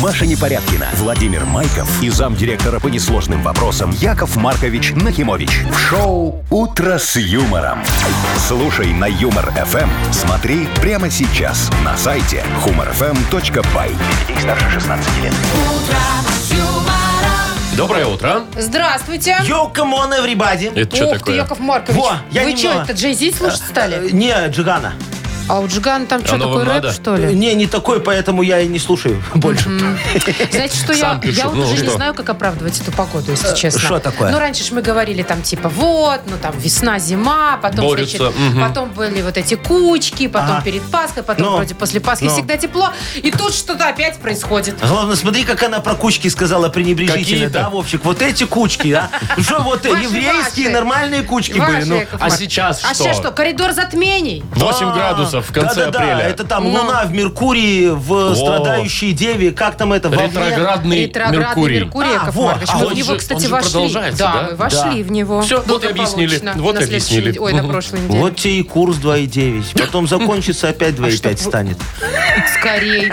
Маша Непорядкина, Владимир Майков и замдиректора по несложным вопросам Яков Маркович Нахимович. В шоу «Утро с юмором». Слушай на «Юмор-ФМ». Смотри прямо сейчас на сайте humorfm.by. Для детей старше 16 лет. Доброе утро. Здравствуйте. Йоу, камон, everybody. Это что Ух такое? ты, Яков Маркович. Во, я Вы что, немного. это Джей-Зи слушать стали? Э, Не, Джигана. А у Джигана там что, Оно вам такой рэп, надо? что ли? Не, не такой, поэтому я и не слушаю больше. Знаете, что я, Сам пишу, я вот ну, уже не что? знаю, как оправдывать эту погоду, если честно. что такое? Ну, раньше же мы говорили там типа вот, ну там весна, зима, потом, Борются, значит, мгм. потом были вот эти кучки, потом Ага. перед Пасхой, потом Ну, вроде после Пасхи ну. всегда тепло. И тут что-то опять происходит. Главное, смотри, как она про кучки сказала пренебрежительно, Какие-то? да, Вовчик? Вот эти кучки, да? Ну Что, вот Ваши, еврейские ваши. нормальные кучки были, Ваши, ну. Яков а Маркович. сейчас А что? сейчас что, коридор затмений? 8 А, градусов в конце да-да-да, апреля. это там Ну. Луна в Меркурии, в страдающей деве, как там это, во огне? Ретроградный, Ретроградный Меркурий. Меркурий, А, Яков во, Маркович. а Мы он в него, же- он кстати, же вошли. продолжается, да? мы вошли в него. Всё, вот и объяснили, благополучно. вот На и следующей объяснили. неделе- Ой, на прошлой неделе. Вот тебе и курс 2,9. Потом закончится, опять А 2,5 станет. Скорей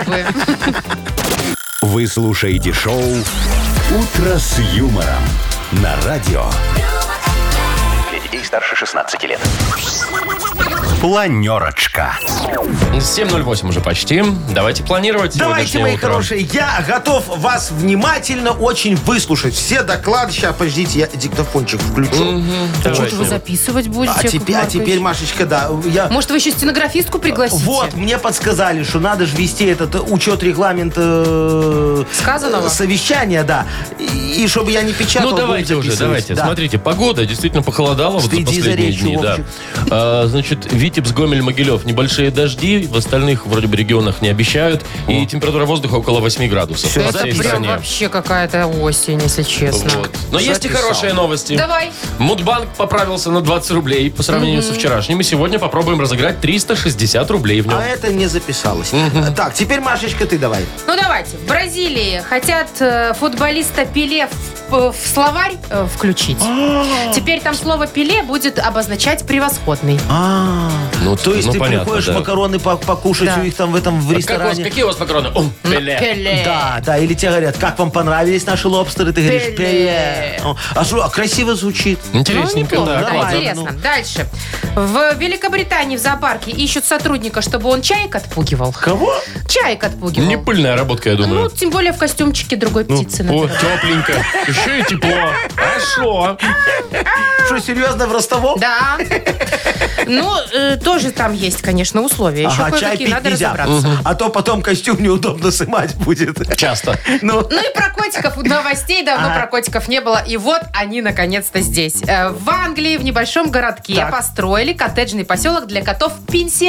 бы. Вы слушаете шоу «Утро с юмором» на радио. Для детей старше 16 лет. Планерочка. 7.08 уже почти. Давайте планировать Давайте, сегодняшнее мои утро. хорошие, я готов вас внимательно очень выслушать. Все доклады. Сейчас, подождите, я диктофончик включу. Что Давайте. Ну, вы записывать будете, А Яков теперь, а Маркович? теперь, Машечка, да, я... Может, вы еще стенографистку пригласите? Вот, мне подсказали, что надо же вести этот э, учет регламент э, Сказанного? э, совещания, да. И, и чтобы я не печатал, Ну давайте будем уже, записывать. давайте. Да. Смотрите, погода действительно похолодала вот за Следи за последние речью, дни. Да. Вовчик. А, значит, Витебс, Гомель, Могилев. Небольшие дожди, в остальных вроде бы регионах не обещают. И температура воздуха около 8 градусов Всё, по Это всей прям стране. вообще какая-то осень, если честно. Вот. Но есть и Записал. хорошие новости. Давай. Мудбанк поправился на 20 рублей по сравнению со вчерашним. И сегодня попробуем разыграть 360 рублей в нем. А это не записалось. Э, Так, теперь, Машечка, ты давай. Ну, давайте. В Бразилии хотят э, футболиста Пеле в, э, в словарь э, включить. А! Теперь там слово Пеле будет обозначать превосходный. А, Ну, то есть ну, ты понятно, приходишь да. макароны по- покушать Да. у них там в этом А в как у вас, ресторане. какие у вас макароны? О, пеле. Пеле. Да, да, или тебе говорят, как вам понравились наши лобстеры, ты Пеле. говоришь, «Пеле». О, А что, а красиво звучит. Интересненько, Ну, да, неплохо, классно. Интересно. Дальше. В Великобритании в зоопарке ищут сотрудника, чтобы он чаек отпугивал. Кого? Чаек отпугивал. Не Ну, пыльная работка, я Ну, думаю. тем более в костюмчике другой птицы. О, например. тепленько. Еще и тепло. А Хорошо. Что, серьезно, в Ростовом? Да. Ну, э, тоже там есть, конечно, условия. Еще Ага, чай кое-какие пить надо нельзя. разобраться. А то потом костюм неудобно снимать будет. Часто. Ну, Ну и про котиков новостей давно про котиков не было. И вот они наконец-то здесь. Э, В Англии в небольшом городке Так. построили коттеджный поселок для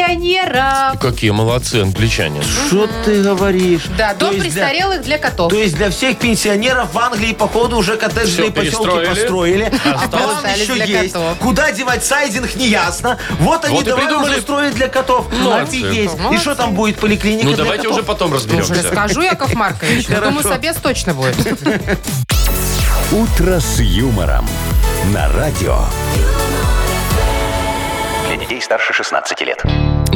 котов-пенсионеров. Какие молодцы англичане. Ну, что ты говоришь? Да, То дом есть для- престарелых для котов. То есть для всех пенсионеров в Англии, походу, уже коттеджные Всё поселки перестроили. построили. А Осталось. план еще Остались для есть. котов. Куда девать сайдинг, не ясно. Вот они Вот и давай придумали. уже строить для котов. Молодцы. Офигеть. И что там будет, поликлиника Ну, для давайте котов? уже потом Я уже разберемся. расскажу, Яков Маркович. Я Думаю, Хорошо. собес точно будет. «Утро с юмором» на радио. Для детей старше 16 лет.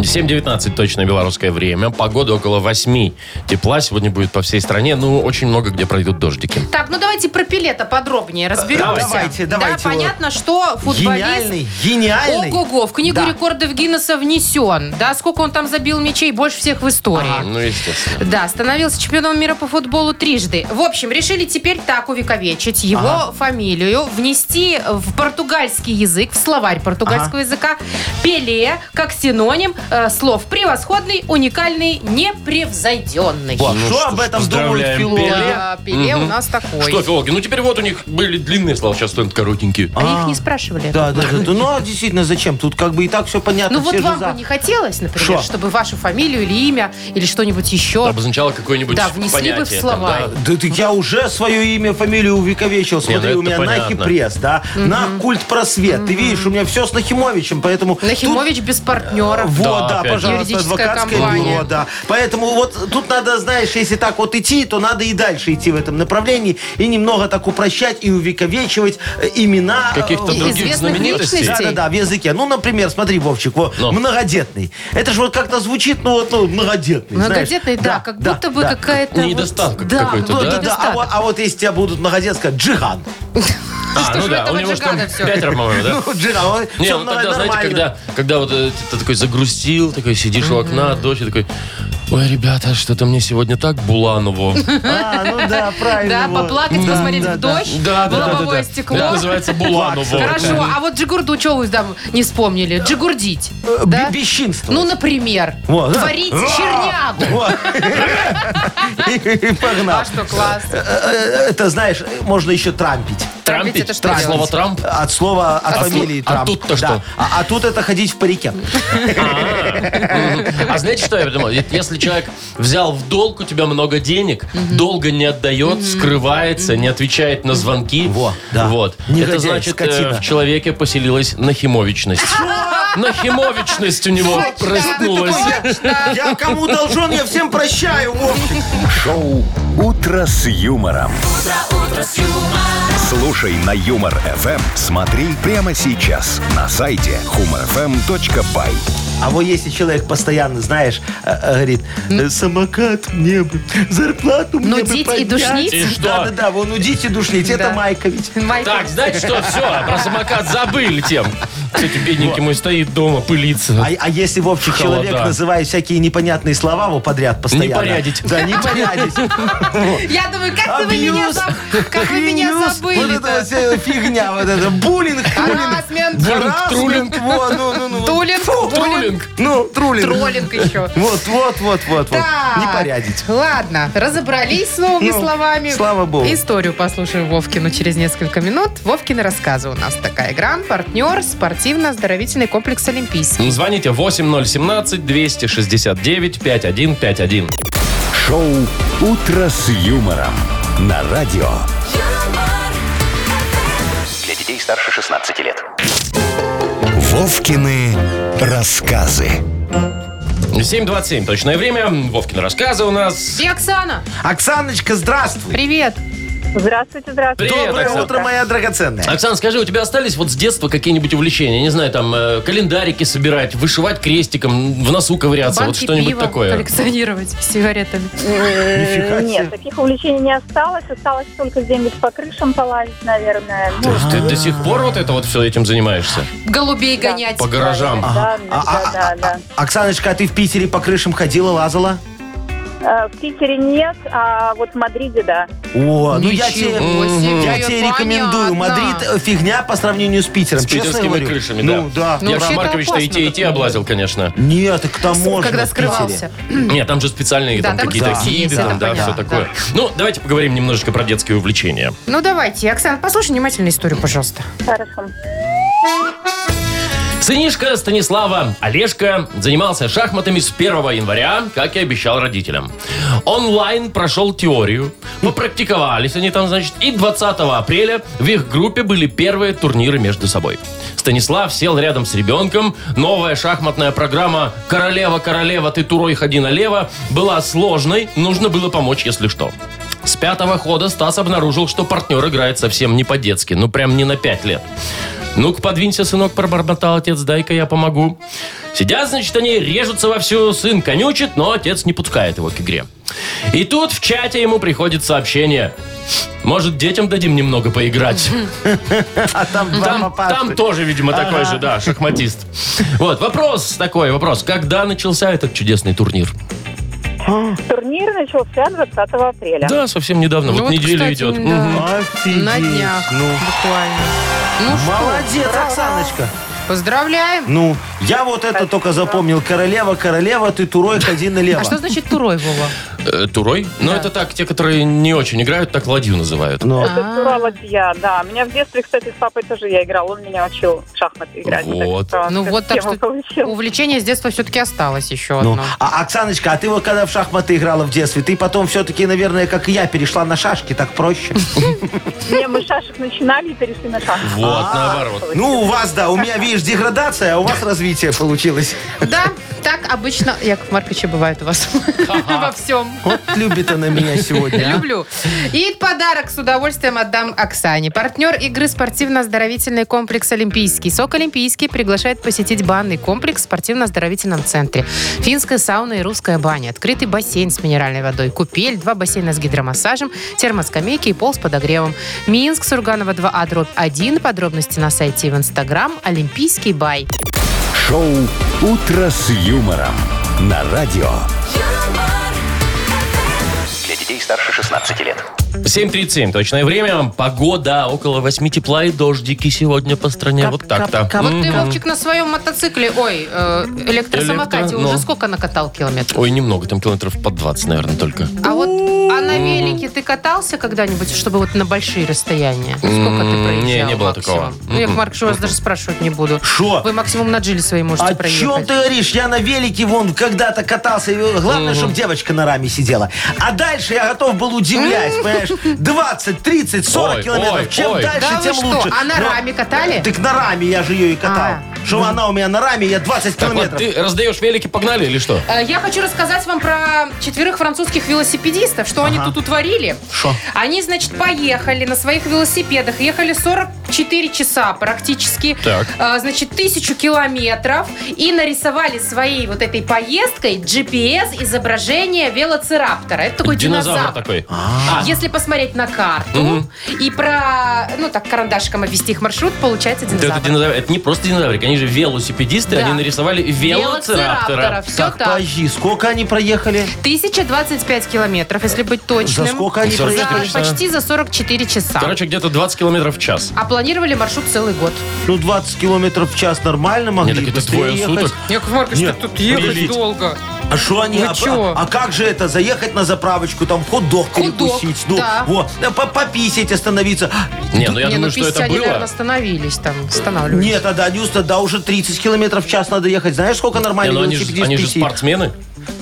7.19 точно белорусское время. Погода около 8. Тепла сегодня будет по всей стране. Ну, очень много где пройдут дождики. Так, ну давайте про Пилета подробнее разберемся. Давайте, давайте Да, его. понятно, что Гениальный, футболист... гениальный. Ого-го, в книгу Да. рекордов Гиннесса внесен. Да, сколько он там забил мячей, больше всех в истории. Ну, естественно. Да, становился чемпионом мира по футболу трижды. В общем, решили теперь так увековечить его фамилию, внести в португальский язык, в словарь португальского языка Пеле как синоним э, слов превосходный, уникальный, непревзойденный. Ладно, Что об этом Ну поздравляем думают филологи? Да, Пеле А, у нас такой. Что, филологи, ну теперь вот у них были длинные слова, сейчас станут коротенькие. А их не спрашивали. Да, да, да. да. Ну, а действительно, зачем? Тут как бы и так все понятно. Ну вот все же вам за. бы не хотелось, например, Шо? чтобы вашу фамилию или имя, или что-нибудь еще. Обозначало какое-нибудь Да, внесли бы в понятие. там, слова. да. Да ты, я уже свое имя, фамилию увековечил. Смотри, ну у меня это понятно. Нахипресс, да, на культ просвет. Ты видишь, у меня все с Нахимовичем, поэтому... тут- Нахимович без партнеров. Э, Вот, А, Вот, да, опять же. пожалуйста, Юридическая адвокатское компания. бюро, да. Поэтому вот тут надо, знаешь, если так вот идти, то надо и дальше идти в этом направлении и немного так упрощать и увековечивать э, имена. э, Каких-то И других известных знаменитостей. личностей. Да, да, да, в языке. Ну, например, смотри, Вовчик, во, Ну. многодетный. Это же вот как-то звучит, ну вот ну, многодетный. знаешь. Многодетный, да, как будто бы да. какая-то... вот- Недостаток да, какой-то, Ну, вот да? да, да. А, недостаток. вот, а вот если тебя будут многодетные, сказать джиган. А, ну Что ж в да, этого у него ж там Джигана всё? 5 романов, да? Ну, джиган. он- Не, всё ну тогда, знаете, нормально. когда, когда вот э, ты, ты такой загрустил, такой сидишь у окна, дочь и такой, ой, ребята, что-то мне сегодня так Буланову. А, ну да, правильно. Да, вот. поплакать, Да, посмотреть да, в да. дождь, Да, да, в да, да, да. лобовое стекло. Это называется Буланову. Хорошо, а вот Джигурду чего вы там не вспомнили? Джигурдить. Э, да? бе- бесчинство. Ну, например, Во, да. творить Во! чернягу. Вот. И- и Погнал. А что, класс. Э, э, Это, знаешь, э, можно еще трампить. Трампить это что Трамп. делать? Слово Трамп. От слова, от, От фамилии слов- а Трамп. тут-то что? А, а тут это ходить в парике. А знаете, что я придумал? Ведь Если человек взял в долг у тебя много денег, долго не отдает, скрывается, не отвечает на звонки. Во, да. Вот. Негодяй, Это значит, э, скотина. в человеке поселилась нахимовичность. Нахимовичность у него проснулась. Я я кому должен, я всем прощаю. Вовчик. Шоу «Утро с юмором». А Слушай на Юмор ФМ. Смотри прямо сейчас на сайте humorfm.by. А вот если человек постоянно, знаешь, э, э, говорит, «Э, самокат мне бы, зарплату мне бы Нудить и поднять». душнить? И что? Да-да-да, вон удить и душнить, это Да. Майка ведь. Майк, Так, знаете что, все, про самокат забыли тем. Кстати, бедненький мой стоит дома, А, пылится. а если, Вовчик, Холода. человек называет всякие непонятные слова вот подряд постоянно. Непорядить. Да, непорядить. Я думаю, как ты вы меня, Абьюз. заб- как вы меня Абьюз. Вот забыли это вот вся фигня, вот это буллинг, трулинг. Харасмент, Буллинг, Харасмент, трулинг. во, ну, ну, ну. Тулинг, Фу, буллинг, Ну, трулинг. троллинг еще. Вот, вот, вот, вот, вот. Так, Непорядить. Ладно, разобрались с новыми Ну, словами. слава богу. Историю послушаем Вовкину через несколько минут. Вовкины рассказы у нас такая игра. Партнер спортивно-оздоровительный комплекс Олимпийский. Звоните 8017-269-5151. Шоу «Утро с юмором» на радио. Для детей старше 16 лет. Вовкины рассказы. 7.27, точное время. Вовкин рассказы у нас. И Оксана, Оксаночка, здравствуй. привет. Здравствуйте, здравствуйте. Привет, Доброе Оксана. утро, моя драгоценная. Оксана, скажи, у тебя остались вот с детства какие-нибудь увлечения? Не знаю, там, э, календарики собирать, вышивать крестиком, в носу ковыряться, вот Банки что-нибудь пива такое. коллекционировать с сигаретами. Нифига Э, Нет, себе. таких увлечений не осталось. Осталось только где-нибудь по крышам полазить, наверное. Ну, То есть ты до сих пор вот это вот все этим занимаешься? Голубей гонять. По гаражам. Да, А- а- да, да, да. Оксаночка, а ты в Питере по крышам ходила, лазала? Э, В Питере нет, а вот в Мадриде, да. О, ну я Ничего тебе... себе, Я тебе понятно. рекомендую. Мадрид э, фигня по сравнению с Питером. С честно питерскими говорю. крышами, ну, да. да. Ну, Яков вообще-то Маркович-то и опасно, те, и как те бы. облазил, конечно. Нет, так там можно. Ну, Когда в Питере. скрывался. Нет, там же специальные Да, там там какие-то кстати, гиды, есть, там, это да, все понятно, такое. Ну, давайте поговорим немножечко про детские увлечения. Ну давайте, Оксана, послушай внимательно историю, пожалуйста. Хорошо. Сынишка Станислава Олежка занимался шахматами с 1 января, как и обещал родителям. Онлайн прошел теорию, попрактиковались они там, значит, и 20 апреля в их группе были первые турниры между собой. Станислав сел рядом с ребенком, новая шахматная программа «Королева, королева, ты турой ходи налево» была сложной, нужно было помочь, если что. С пятого хода Стас обнаружил, что партнер играет совсем не по-детски, ну прям не на пять лет. «Ну-ка, подвинься, сынок», — пробормотал отец, «дай-ка я помогу». Сидят, значит, они режутся вовсю, сын конючит, но отец не пускает его к игре. И тут в чате ему приходит сообщение. «Может, детям дадим немного поиграть?» А там два Там, папаши. там тоже, видимо, такой же, да, шахматист. Вот, вопрос такой, вопрос. Когда начался этот чудесный турнир? Турнир начался 20 апреля. Да, совсем недавно, Ну вот неделю кстати, идет. да. Мгм. Офигеть. На днях Ну, буквально. Ну что, молодец, Оксаночка. поздравляем. Ну, я вот это только запомнил. Королева, королева, ты турой, ходи налево. А что А значит турой, Вова? Э, турой? Ну, Да. это так, те, которые не очень играют, так ладью называют. Ну, А. Это Тура ладья, да. У меня в детстве, кстати, с папой тоже я играла. Он меня учил в шахматы играть. Вот. Так что Ну эту вот так тему что получил. увлечение с детства все-таки осталось еще ну. одно. А Оксаночка, а ты вот когда в шахматы играла в детстве, ты потом все-таки, наверное, как и я, перешла на шашки, так проще. Не, мы с шашек начинали и перешли на шахматы. Вот, а, наоборот. Ну, у вас, да, у меня, видишь, деградация, а у вас развитие получилось. Да, так обычно, Яков Маркович, и бывает у вас во всем. Вот любит она меня сегодня. а. Люблю. И подарок с удовольствием отдам Оксане. Партнер игры спортивно-оздоровительный комплекс «Олимпийский». СОК «Олимпийский» приглашает посетить банный комплекс в спортивно-оздоровительном центре. Финская сауна и русская баня. Открытый бассейн с минеральной водой. Купель, два бассейна с гидромассажем, термоскамейки и пол с подогревом. Минск, Сурганова 2А, дробь 1. Подробности на сайте и в Инстаграм «Олимпийский бай». Шоу «Утро с юмором» на радио. юмор, Для детей старше 16 лет. 7.37, точное время. Погода около 8 тепла и дождики сегодня по стране. вот так-то. А Вот ты, М. Вовчик, на своем мотоцикле, ой, э, электросамокате Электро- уже ну. сколько накатал километров? Ой, немного, там километров под 20, наверное, только. А вот а на велике ты катался когда-нибудь, чтобы вот на большие расстояния? Сколько ты М, проезжал не, не было максимум? такого. Ну, я, Мгм. Маркович, у вас даже спрашивать не буду. Шо? Вы максимум на джили свои можете О проехать. чем ты говоришь? Я на велике вон когда-то катался. и Главное, чтобы девочка на раме сидела. А дальше я готов был удивлять, понимаешь? 20, 30, 40 Ой, ой, километров. Чем ой. дальше, Да вы тем что, лучше. а на Но- раме катали? Так на раме я же ее и катал. А. Чтобы она у меня на раме, я 20 Так вот, километров. ты раздаешь велики, погнали или что? Э, Я хочу рассказать вам про четверых французских велосипедистов, что они тут утворили. Шо? Они, значит, поехали на своих велосипедах, ехали 44 часа практически, Так. Э, значит, тысячу километров, и нарисовали своей вот этой поездкой GPS-изображение велоцираптора. Это такой Динозавр, динозавр. такой. А, Если посмотреть на карту и про, ну так, карандашиком обвести их маршрут, получается да динозавр. это, динозавр. это не просто динозаврик, они же велосипедисты, Да. они нарисовали велоцираптора. Все Так, так. подожди, сколько они проехали? 1025 километров, если быть точным. За сколько они За За- проехали? часа. почти за 44 часа. Короче, где-то 20 километров в час. А планировали маршрут целый год. Ну, 20 километров в час нормально могли Нет, так бы это двое доехать. суток. Яков Маркович, Нет, тут прилить. долго. А что они? Вы а, ну чё? а- а как же это? Заехать на заправочку, там хот-дог Хот-дог, перекусить, ну, да. вот, э, по- пописать, остановиться. Не, ну я Не, думаю, ну что 50 это они, было. наверное, остановились там, останавливались. Нет, а тогда, Нюс, тогда уже 30 километров в час надо ехать. Знаешь, сколько Не, нормально ну они, же, они же спортсмены.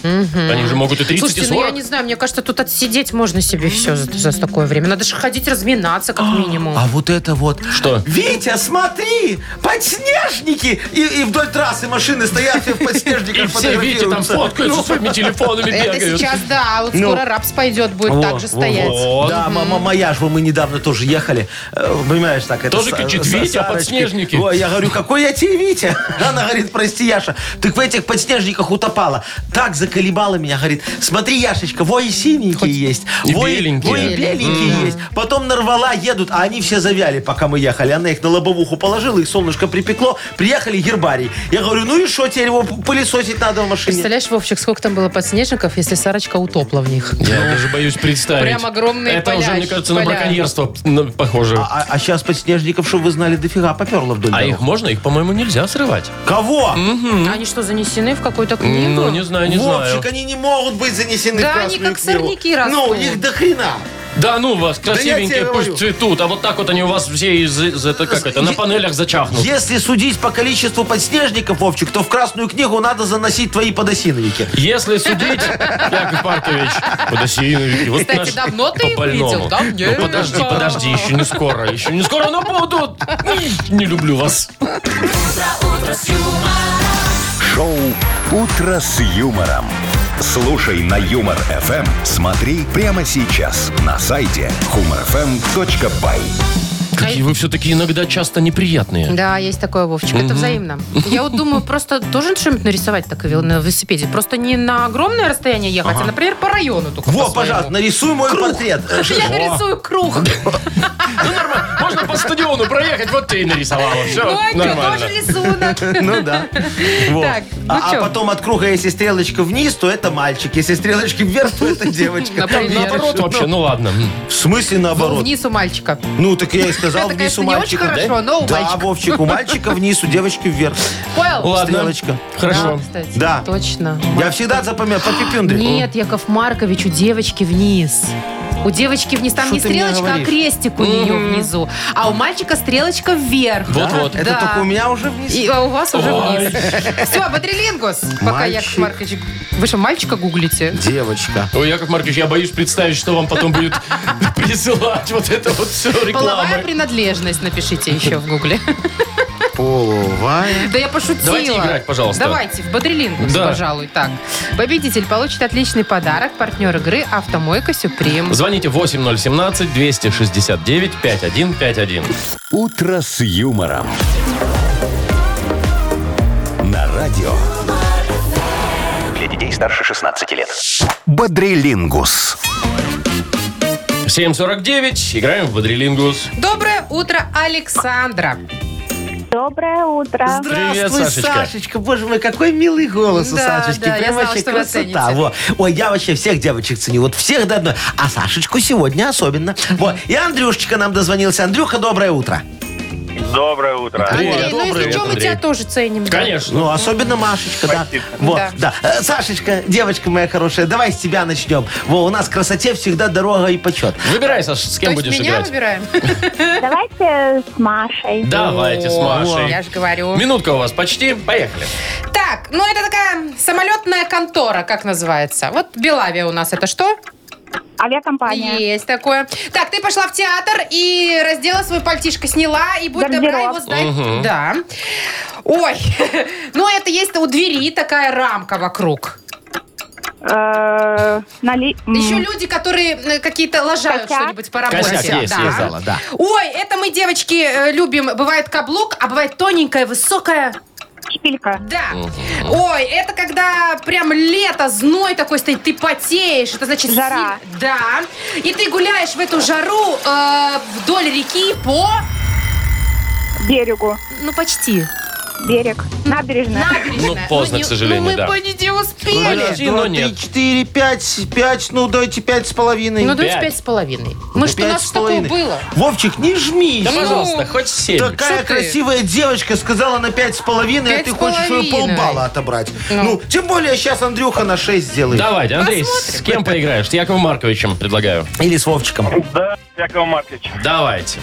Они же могут и 30, Слушайте, и ну я 40. не знаю, мне кажется, тут отсидеть можно себе все за, за такое время. Надо же ходить разминаться как минимум. А вот это вот. Что? Витя, смотри, подснежники! И, и вдоль трассы машины стоят все в И подснежниках все, видите, там фотографируются. фоткаются своими телефонами, Ну, Это бегают. сейчас, да, а вот Ну. скоро рапс пойдет, будет Во, так же во, стоять. во. Да, мама моя же, мы недавно тоже ехали. Э, Понимаешь, так это... Тоже с- э, кричит, с- с «Витя, Сарочкой». подснежники. Ой, я говорю, какой я тебе Витя? Она говорит, прости, Яша, ты в этих подснежниках утопала. Так заколебала меня, говорит, смотри, Яшечка, во и синенькие есть. и во беленькие. Во и беленькие Мгм. есть. Потом нарвала, едут, а они все завяли, пока мы ехали. Она их на лобовуху положила, их солнышко припекло, приехали гербарий. Я говорю, ну и что, теперь его п- пылесосить надо в машине? Представляешь, Вовчик, сколько там было подснежников, если Сарочка утопла в них? Я даже боюсь представить. Прям огромные Это поля, уже, мне кажется, на поля. браконьерство м, похоже. А, А, сейчас подснежников, чтобы вы знали, дофига поперло вдоль дорог. их можно? Их, по-моему, нельзя срывать. Кого? Они что, занесены в какую-то книгу? Ну, не знаю, не Вовчик, знаю. они не могут быть занесены Да в они Красную как книгу. сорняки Ну, растут. их до хрена. а Да ну вас, я красивенькие, тебе пусть говорю. цветут. А вот так вот они у вас все из, из- это как это, на Е- панелях зачахнут. Если судить по количеству подснежников, Вовчик, то в Красную книгу надо заносить твои подосиновики. Если судить, Яков Маркович, подожди, ну, вот Кстати, наш давно ты их по-больному. видел? Да, Ну нет. подожди, подожди, еще не скоро, еще не скоро, но будут. Ну, Не люблю вас. а Шоу «Утро с юмором». Слушай на Юмор ФМ. Смотри прямо сейчас на сайте humorfm.by. Какие вы все-таки иногда часто неприятные. Да, есть такое, Вовчик. Это взаимно. Я вот думаю, просто должен что-нибудь нарисовать так вел- на велосипеде. Просто не на огромное расстояние ехать, а, например, по району только. Во, по своему. пожалуйста, нарисуй мой портрет. Я нарисую круг. Ну, Ну нормально, можно по стадиону проехать, вот ты и нарисовала, все, Ну, а что, нормально. тоже рисунок. Ну да. Во. Так, ну а, а чё? потом от круга, если стрелочка вниз, то это мальчик. Если стрелочки вверх, то это девочка. Например. Наоборот вообще, ну ладно. В смысле наоборот? Вниз у мальчика. Ну, так я и сказал Это, вниз конечно, у не мальчика. очень хорошо, но у да, мальчика. Вовчик, у мальчика вниз, у девочки вверх. Понял? Ладно. Стрелочка. Да, Хорошо. кстати, Да. точно. Я всегда запоминаю по пипюндрику. Нет, Яков Маркович, у девочки вниз. У девочки вниз там Что не ты мне стрелочка, а говоришь? крестик у нее внизу. А у мальчика стрелочка вверх. Вот-вот. Это Да. только у меня уже вниз. И, а у вас уже Ой. вниз. Все, бодрилингус. Пока Мальчик. Яков Маркович... Вы что, мальчика гуглите? Девочка. Ой, Яков Маркович, я боюсь представить, что вам потом будет присылать вот это вот все Половая рекламы. принадлежность напишите еще в гугле. Половая. Да я пошутила. Давайте играть, пожалуйста. Давайте, в бодрилингус, Да. пожалуй. Так, победитель получит отличный подарок. Партнер игры «Автомойка Сюприм». Звоните 8017-269-5151. «Утро с юмором». На радио Для детей старше 16 лет. «Бодрилингус». 7.49, играем в Бодрилингус. Доброе утро, Александра. Доброе утро. Привет, Сашечка. Боже мой, какой милый голос у Да, Сашечки. да, я Прям знала, вообще что вы красота. оцените. Во. Ой, я вообще всех девочек ценю. Вот всех до одной. А Сашечку сегодня особенно. Вот. И Андрюшечка нам дозвонился. Андрюха, доброе утро. Доброе утро. Привет. Андрей, ну если Привет, что, мы Андрей. тебя тоже ценим. да. Конечно. Ну, особенно Машечка, да. Вот, Да. да. Э, Сашечка, девочка моя хорошая, давай с тебя начнем. Во, у нас красоте всегда дорога и почет. Выбирай, Саш, с То кем есть будешь меня играть. выбираем? Давайте с Машей. Давайте с Я Машей. же говорю. Минутка у вас почти. Поехали. Так, ну это такая самолетная контора, как называется. Вот Белавия у нас это что? Авиакомпания. Есть такое. Так, ты пошла в театр и раздела свой пальтишко, сняла, и будь добра Гардероб. его сдай. Да. Ой, ну это есть у двери такая рамка вокруг. Э, нали- м, Еще люди, которые э, какие-то лажают Косяк. что-нибудь по работе. Косяк есть, Да. я Сказала, да. Ой, это мы, девочки, э, любим. Бывает каблук, а бывает тоненькая, высокая. Шпилька. Да. Ой, это когда прям лето, зной такой стоит, ты потеешь. Это значит... Жара. си- Да. И ты гуляешь в эту жару э, вдоль реки по... Берегу. Ну, почти. Берег. Набережная. Ну, поздно, к сожалению, ну, мы да. по не успели. Блин. Почти, ну, но нет. три, четыре, пять, пять, ну дайте пять с половиной. Ну, давайте Пять. Ну, пять с половиной. Мы что, у Пять нас с ж такое половиной. было? Вовчик, не жми. Да, ну, пожалуйста, хоть семь. Такая Что ты? красивая девочка сказала на пять с половиной, а Пять ты с хочешь ее половиной. полбалла отобрать. Ну. Ну. тем более сейчас Андрюха на 6 сделает. Давайте, Андрей, с кем поиграешь? С Яковом Марковичем предлагаю. Или с Вовчиком. Да, Яков Маркович. Давайте.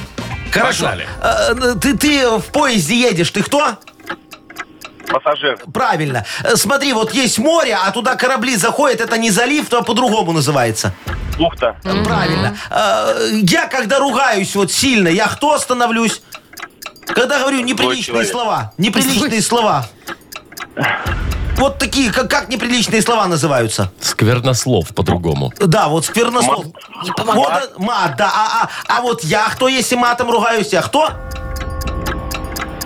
Хорошо. Погнали. Э, э, Ты, ты в поезде едешь, ты кто? Пассажир. Правильно. Э, Смотри, вот есть море, а туда корабли заходят, это не залив, то по-другому называется. Бухта. Правильно. Э, Я когда ругаюсь вот сильно, я кто становлюсь? Когда говорю неприличные человек. слова. Неприличные слова. Вот такие, как, как неприличные слова называются. Сквернослов по-другому. Да, вот сквернослов. Вот, э, мат, да. А, а- а вот я кто, если матом ругаюсь? Я кто?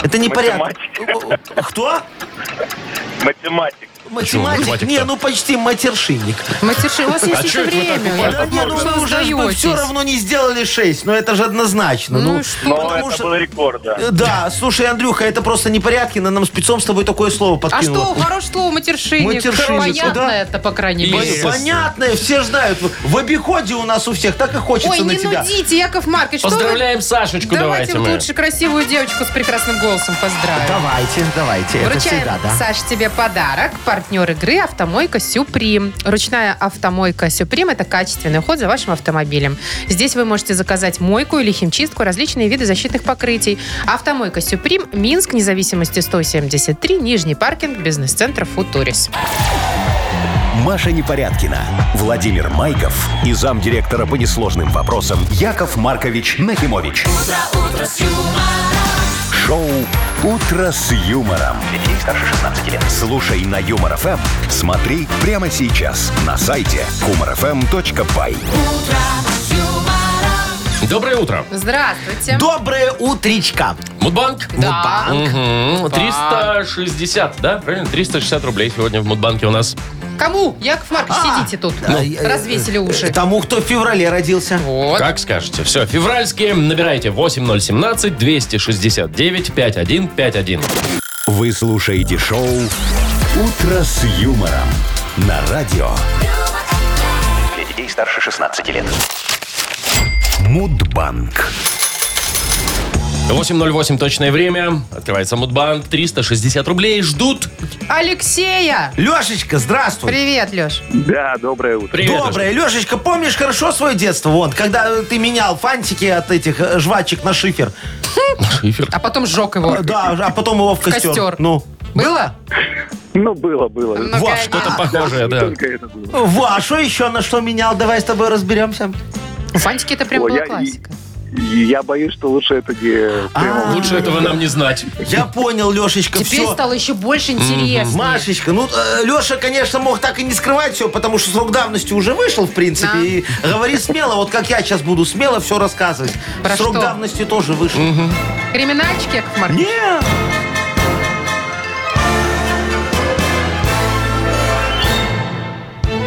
Это непорядок. О, Кто? Математик. Математик? математик-то? Не, ну почти матершинник. Матерши, у вас есть А еще чё это вы так время. упали? Я Да не, ну думала, что мы уже ж бы сдаетесь. все равно не сделали 6, но это же однозначно. Ну Ну, и что? Но потому это что- был рекорд, да. Э, Да, слушай, Андрюха, это просто непорядки, но нам спецом с тобой такое слово А что, подкинуло. хорошее слово матершинник. Матершинник, Понятно да? это, по крайней И- мере. Пон- Понятное, все ж знают. В обиходе у нас у всех так и хочется Ой, на не тебя. нудите, Яков Маркович. что вы- Поздравляем Сашечку, Давайте давайте вот мы. лучше красивую девочку с прекрасным голосом поздравим. Давайте, давайте, это Вручаем, всегда, да. Саш, тебе подарок. Партнер игры «Автомойка Сюприм». Ручная автомойка «Сюприм» – это качественный уход за вашим автомобилем. Здесь вы можете заказать мойку или химчистку, различные виды защитных покрытий. «Автомойка Сюприм», Минск, независимости 173, Нижний паркинг, бизнес-центр «Футурис». Маша Непорядкина, Владимир Майков и замдиректора по несложным вопросам Яков Маркович Нахимович. Шоу Утро с юмором. Для детей старше 16 лет. Слушай на юмор ФМ, смотри прямо сейчас на сайте humorfm.by. Доброе утро. Здравствуйте. Доброе утречка. Мудбанк. Да. Мгм. 360, да? Правильно? 360 рублей сегодня в Мудбанке у нас. Кому? Яков Маркович, сидите тут. А, э, э, Развесили уши. Тому, кто в феврале родился. Вот. Как скажете. Все, февральские. Набирайте 8017-269-5151. Вы слушаете шоу Утро с юмором на радио Для детей старше 16 лет. Мудбанк. 8.08 точное время. Открывается Мудбанк. 360 рублей ждут. Алексея! Лешечка, здравствуй. Привет, Леш. Да, доброе утро. Привет. Доброе, Лешечка, помнишь хорошо свое детство? Вон, когда э, ты менял фантики от этих э, жвачек на шифер. Шифер. А потом сжег его. Да, а потом его в костер. костер. Ну. Было? Ну, было, было. Ну, Во, конечно. Что-то похожее, Не да. только это было. Во, а что еще, на что менял? Давай с тобой разберемся. Фантики это прям О, была я и- классика. И Я боюсь, что лучше это не... А, Лучше этого нам не знать. Я понял, Лешечка, Теперь все. стало еще больше интересно. Машечка, ну, Леша, конечно, мог так и не скрывать все, потому что срок давности уже вышел, в Да. принципе, и говори смело, вот как я сейчас буду смело все рассказывать. Про срок что? давности тоже вышел. Криминальчики, Яков Маркович? Не,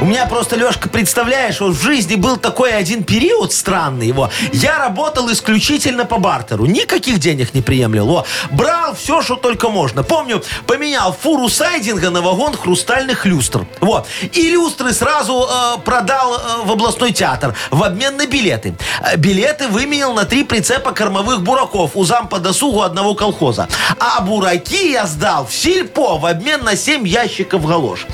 У меня просто, Лешка, представляешь, вот в жизни был такой один период странный его. Я работал исключительно по бартеру. Никаких денег не приемлил. Во. Брал все, что только можно. Помню, поменял фуру сайдинга на вагон хрустальных люстр. Вот. И люстры сразу э, продал э, в областной театр в обмен на билеты. Э, Билеты выменял на три прицепа кормовых бураков у зам по досугу одного колхоза. А бураки я сдал в сельпо в обмен на семь ящиков галош.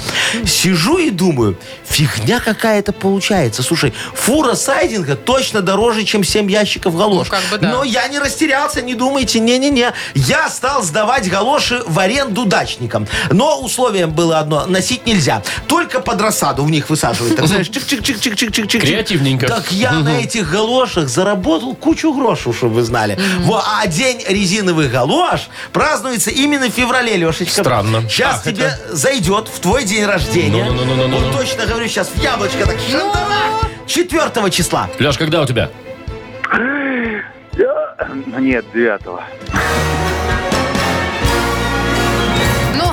Сижу и думаю, фигня какая-то получается. Слушай, фура сайдинга точно дороже, чем 7 ящиков галош. Ну, как бы да. Но я не растерялся, не думайте, не-не-не. Я стал сдавать галоши в аренду дачникам. Но условием было одно, носить нельзя. Только под рассаду в них высаживают. Так, знаешь, чик-чик-чик-чик-чик-чик. Креативненько. Так я на этих галошах заработал кучу грошу, чтобы вы знали. Во, а день резиновых галош празднуется именно в феврале, Лешечка. Странно. Сейчас Ах, тебе зайдет в твой день рождения. Ну-ну-ну-ну-ну-ну. Вот точно говорю сейчас, в яблочко так шандарах. 4 числа. Леш, когда у тебя? Я- ну, Нет, девятого. Ну,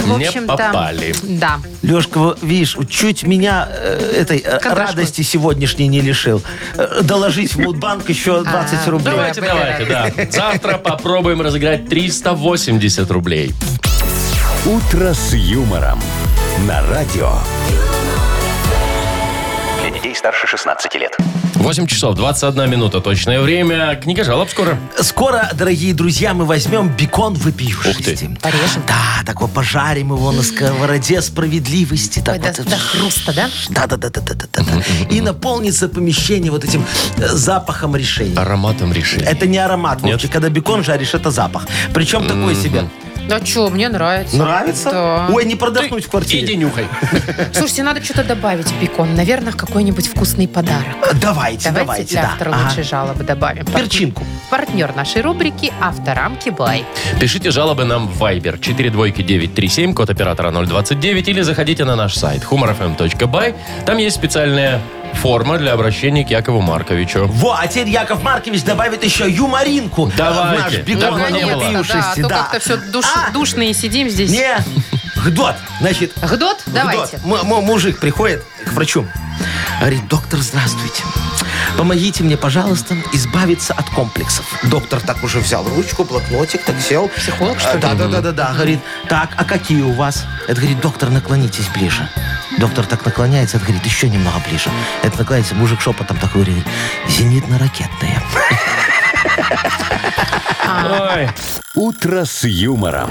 в Не общем-то... попали. Да. Лешка, во- видишь, вот чуть меня э, этой э, Кадашку. радости сегодняшней не лишил. Э, Доложить в Мудбанк еще 20 А, рублей. Давайте, были давайте, да. Завтра попробуем разыграть 380 рублей. «Утро с юмором» на радио. Для детей старше 16 лет. 8 часов 21 минута точное время. Книга жалоб скоро. Скоро, дорогие друзья, мы возьмем бекон вопиюшисти. Порежем. Да, так вот пожарим его на сковороде справедливости. Так Ой, до, вот. до хруста, да? Да-да-да-да-да-да. И наполнится помещение вот этим э, запахом решений. Ароматом решили. Это не аромат, Вовчик. Когда бекон жаришь, это запах. Причем такой себе. Да что, Ну, а мне нравится. Нравится? Да. Ой, не продохнуть в квартире. Иди нюхай. Слушайте, надо что-то добавить в бекон. Наверное, какой-нибудь вкусный подарок. Давайте, Давайте, давайте, для да. автора Ага. лучшей жалобы добавим. Перчинку. Партнер нашей рубрики «Авторамки Бай». Пишите жалобы нам в Viber 42937, код оператора 029, или заходите на наш сайт humorfm.by. Там есть специальная форма для обращения к Якову Марковичу. Во, а теперь Яков Маркович добавит еще юморинку. э, Давайте. В наш бекон Давно не было. вопиюшисти, да, а то да. как-то все А, душные сидим здесь. Не, гдот. Значит, Гдот? Давайте. Гдот. М- м- мужик приходит к врачу. Говорит, доктор, здравствуйте. Помогите мне, пожалуйста, избавиться от комплексов. Доктор так уже взял ручку, блокнотик, так сел. Психолог, что ли? Да, да, да, да, да. Говорит, так, а какие у вас? Это говорит, доктор, наклонитесь ближе. Доктор так наклоняется, это говорит, еще немного ближе. Это наклоняется, мужик шепотом такой говорит, зенитно-ракетные. Ой. «Утро с юмором».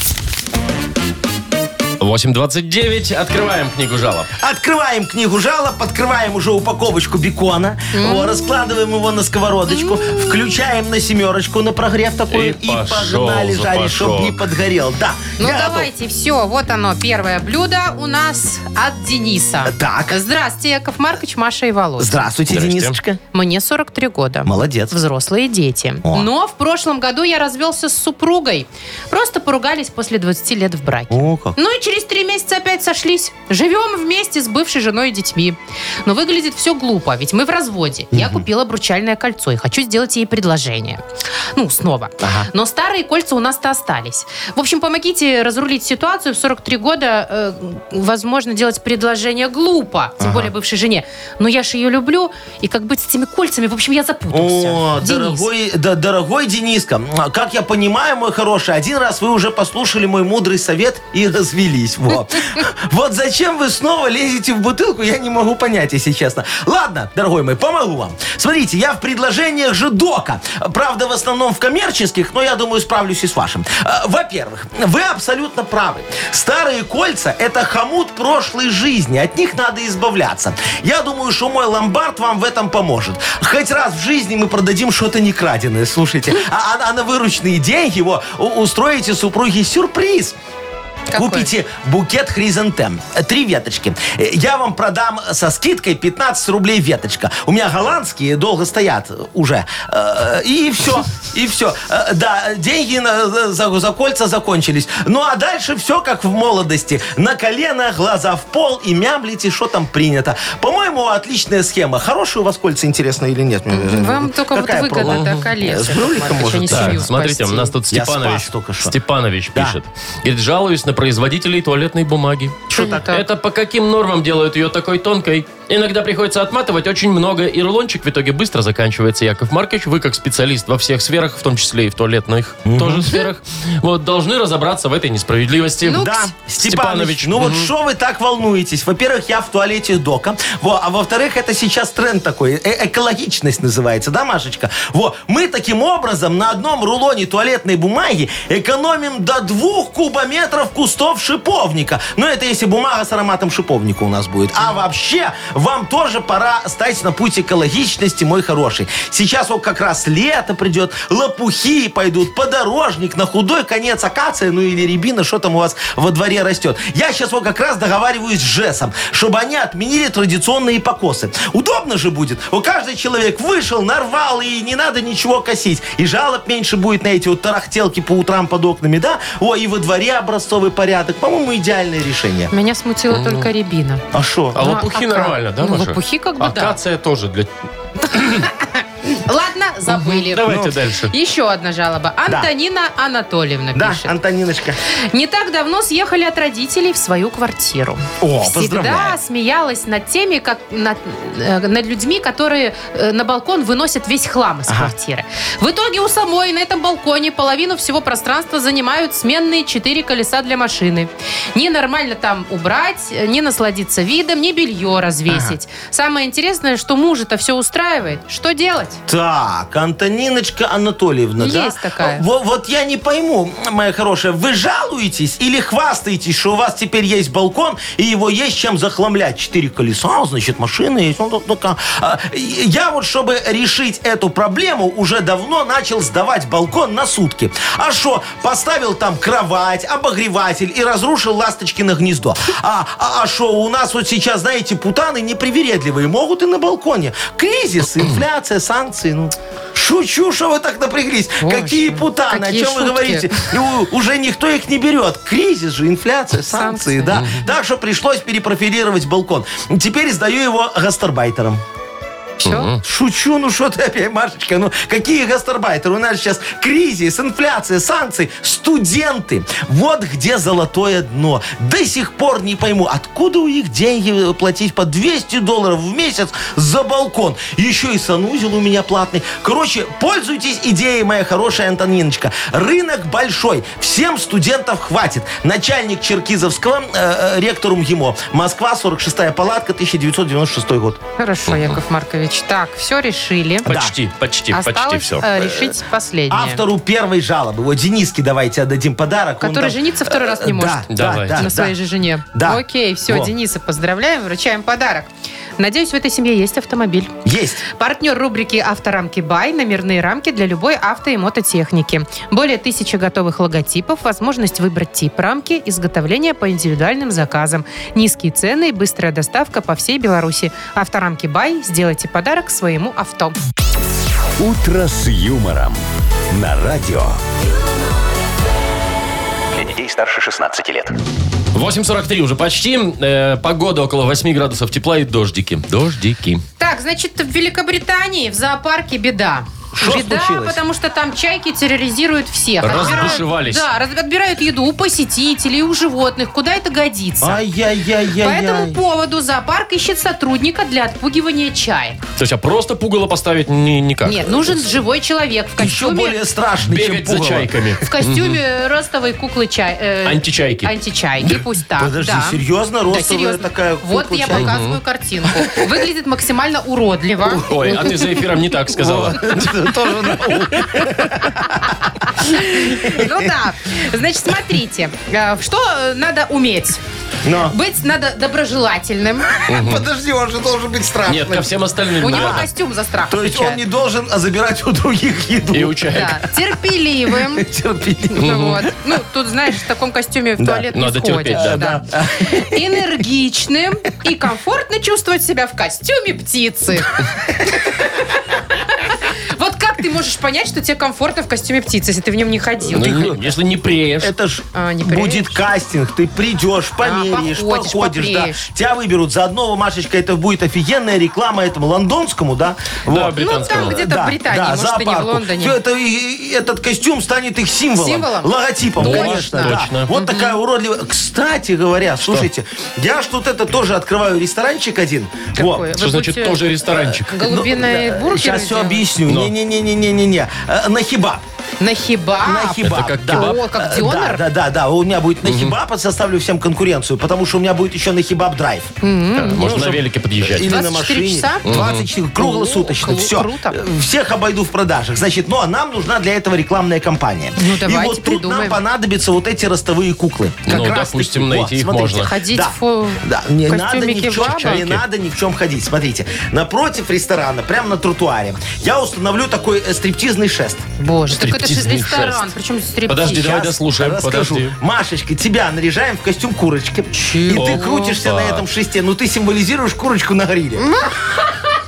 8.29. Открываем книгу жалоб. Открываем книгу жалоб, открываем уже упаковочку бекона, вот, раскладываем его на сковородочку, включаем на семерочку на прогрев такую И и, пошел погнали жарить, запашок. чтобы не подгорел. Да, Ну я готов. давайте, все, вот оно, первое блюдо у нас от Дениса. Так. Здравствуйте, Яков Маркович, Маша и Володя. Здравствуйте, Здрасте. Денисочка. Мне 43 года. Молодец. Взрослые дети. О. Но в прошлом году я развелся с супругой. Просто поругались после 20 лет в браке. О, как. Ну и через три месяца опять сошлись. Живем вместе с бывшей женой и детьми. Но выглядит все глупо, ведь мы в разводе. Я купила обручальное кольцо и хочу сделать ей предложение. Ну, снова. Но старые кольца у нас-то остались. В общем, помогите разрулить ситуацию. В 43 года, э, возможно, делать предложение глупо. Тем более бывшей жене. Но я же ее люблю. И как быть с этими кольцами? В общем, я запутался. О, Денис. дорогой, да, дорогой Дениска, м, как я понимаю, мой хороший, один раз вы уже послушали мой мудрый совет и развелись. напились. Во. Вот зачем вы снова лезете в бутылку, я не могу понять, если честно. Ладно, дорогой мой, помогу вам. Смотрите, я в предложениях же дока. Правда, в основном в коммерческих, но я думаю, справлюсь и с вашим. Э, Во-первых, вы абсолютно правы. Старые кольца – это хомут прошлой жизни. От них надо избавляться. Я думаю, что мой ломбард вам в этом поможет. Хоть раз в жизни мы продадим что-то не краденое, слушайте. А, а- а на вырученные деньги его устроите супруге сюрприз. Какой? Купите букет хризантем. Э, Три веточки. Э, Я вам продам со скидкой 15 рублей веточка. У меня голландские долго стоят э, уже. Э, И все. И все. Э, Да, деньги на- за, за кольца закончились. Ну а дальше все как в молодости. На колено, глаза в пол и мямлите, что там принято. По-моему, отличная схема. Хорошие у вас кольца, интересно или нет? э, Вам только вот Какая выгода проба? до колец. С брюликом, Яков Маркович, может, а не так. Так, семью смотрите, спасти. у нас тут Я спас Степанович, только что. Степанович Да. пишет. Говорит, жалуюсь на производителей туалетной бумаги. Что Почему так? так? Это по каким нормам делают ее такой тонкой? Иногда приходится отматывать очень много, и рулончик в итоге быстро заканчивается. Яков Маркович, вы как специалист во всех сферах, в том числе и в туалетных тоже сферах, вот должны разобраться в этой несправедливости. Ну, Да, Степанович, ну вот что вы так волнуетесь? Во-первых, я в туалете дока. Во, а во-вторых, это сейчас тренд такой. э- экологичность называется, да, Машечка? Во, мы таким образом на одном рулоне туалетной бумаги экономим до двух кубометров кустов шиповника. Ну, это если бумага с ароматом шиповника у нас будет. А вообще, вам тоже пора стать на путь экологичности, мой хороший. Сейчас вот как раз лето придет, лопухи пойдут, подорожник, на худой конец акация, ну или рябина, что там у вас во дворе растет. Я сейчас вот как раз договариваюсь с ЖЭСом, чтобы они отменили традиционные покосы. Удобно же будет. Вот каждый человек вышел, нарвал, и не надо ничего косить. И жалоб меньше будет на эти вот тарахтелки по утрам под окнами, да? О, и во дворе образцовый порядок. По-моему, идеальное решение. Меня смутила только рябина. А что? А Ну, лопухи ака- нормально, да, ну, Маша? лопухи как бы да. Акация тоже для... Ладно, забыли. Давайте Ну, дальше. Еще одна жалоба. Антонина Анатольевна Да, пишет. Антониночка. Не так давно съехали от родителей в свою квартиру. О, Всегда поздравляю. смеялась над теми, как над, э, над людьми, которые э, на балкон выносят весь хлам из квартиры. В итоге у самой на этом балконе половину всего пространства занимают сменные четыре колеса для машины. Не нормально там убрать, э, не насладиться видом, не белье развесить. Самое интересное, что мужа-то все устраивает. Что делать? Так, Антониночка Анатольевна, да? Есть такая. Во- Вот, я не пойму, моя хорошая, вы жалуетесь или хвастаетесь, что у вас теперь есть балкон, и его есть чем захламлять? Четыре колеса, значит, машины есть. Ну, так- так, а, и- Я вот, чтобы решить эту проблему, уже давно начал сдавать балкон на сутки. А что, поставил там кровать, обогреватель и разрушил ласточки на гнездо. А а- а что, у нас вот сейчас, знаете, путаны непривередливые, могут и на балконе. Кризис, инфляция, санкции, ну... Шучу, что вы так напряглись. Какие путаны, какие о чем шутки. вы говорите? Ну, уже никто их не берет. Кризис же, инфляция, Санкции. санкции, да. Так что пришлось перепрофилировать балкон. Теперь сдаю его гастарбайтерам. Все? Шучу, ну что ты опять, Машечка, ну какие гастарбайтеры? У нас сейчас кризис, инфляция, санкции, студенты. Вот где золотое дно. До сих пор не пойму, откуда у них деньги платить по 200 долларов в месяц за балкон. Еще и санузел у меня платный. Короче, пользуйтесь идеей, моя хорошая Антониночка. Рынок большой, всем студентов хватит. Начальник Черкизовского, э, э, ректор МГИМО, Москва, 46-я палатка, 1996 год. Хорошо, Яков Маркович. Так, все решили. Почти, почти, почти Осталось все. э, решить последнее. Автору первой жалобы. Вот Дениске давайте отдадим подарок. Он Который там- жениться второй раз не Да, может. Да, Давайте. да, на да. своей же жене. Да. Окей, все, Во. Дениса поздравляем, вручаем подарок. Надеюсь, в этой семье есть автомобиль. Есть. Партнер рубрики «Авторамки Бай» – номерные рамки для любой авто и мототехники. Более тысячи готовых логотипов, возможность выбрать тип рамки, изготовление по индивидуальным заказам, низкие цены и быстрая доставка по всей Беларуси. «Авторамки Бай» – сделайте подарок своему авто. «Утро с юмором» на радио. Для детей старше 16 лет. 8.43 уже почти. Э, погода около 8 градусов тепла и дождики. Дождики. Так, значит, в Великобритании в зоопарке беда. Что Беда, случилось? потому что там чайки терроризируют всех. Разбушевались. Да, раз- отбирают еду у посетителей, у животных. Куда это годится? Ай-яй-яй-яй-яй. По этому поводу зоопарк ищет сотрудника для отпугивания чаек. То есть, а просто пугало поставить ни- никак? Нет, нужен живой человек в Еще костюме, более страшный, чем Бегать за пугало. чайками. в костюме ростовой куклы чай. э, Античайки. Античайки, пусть так. Подожди, да. серьезно? Да, Ростовая серьезно. такая Вот кукла я чайка? показываю картинку. Выглядит максимально уродливо. Ой, а ты за эфиром не так сказала. Тоже на ум. Ну да. Значит, смотрите, э, что э, надо уметь? Но. Быть надо доброжелательным. Подожди, он же должен быть страшным. Нет, ко всем остальным, У него наверное. костюм за страх То есть он отвечает. не должен а, забирать у других еду. И у чаек. Да. Терпеливым. Терпеливым. Ну Вот. Ну, тут, знаешь, в таком костюме в туалет не надо сходишь. терпеть, да. Энергичным и комфортно чувствовать себя в костюме птицы. Вот как ты можешь понять, что тебе комфортно в костюме птицы, если ты в нем не ходил? Ну, не- если не преешь. Это ж А, не будет кастинг. Ты придешь, померяешь, походишь, походишь, попреешь. да. Тебя выберут. Заодно, Машечка, это будет офигенная реклама этому лондонскому, да? Да, Вот. британского. Ну, там, где- Где-то в Британии, может, и не в зоопарку. Лондоне. Всё это, и- и этот костюм станет их символом. Символом? Логотипом, Ну, конечно. да. точно. Вот такая уродливая. Кстати говоря, слушайте, я ж тут это тоже открываю ресторанчик один. Вот. Ну, Такое. Что Вы значит будете тоже ресторанчик? Голубиные бургеры Сейчас все делать? объясню. Но. Не-не-не-не-не-не. Э, Нахиба. Нахиба? Нахиба. это как да. кебаб? О, как Э, дёнер? Да, да, да, да. У меня будет нахибаб, составлю всем конкуренцию, потому что у меня будет еще нахибаб драйв. Да, Можно на велике подъезжать. Или на 24 машине. часа? 24, круглосуточно. О, кру- Все. круто. Всех обойду в продажах. Значит, ну а нам нужна для этого рекламная кампания. Ну, давайте И вот тут придумаем. нам понадобятся вот эти ростовые куклы. Ну, раз-таки. допустим, найти их смотрите. можно. Ходить Да. в, э, Да, не надо костюме ни в чем, кебаба? не надо ни в чем ходить. Смотрите, напротив ресторана, прямо на тротуаре, я установлю такой э, стриптизный шест. Боже, так это же Стриптизный ресторан, шест. причем стриптиз. Подожди, давай Щас дослушаем, расскажу. подожди. Машечка, тебя наряжаем в костюм курочки. Чего? И ты крутишься на этом шесте. Ну, ты символизируешь курочку на гриле. Ну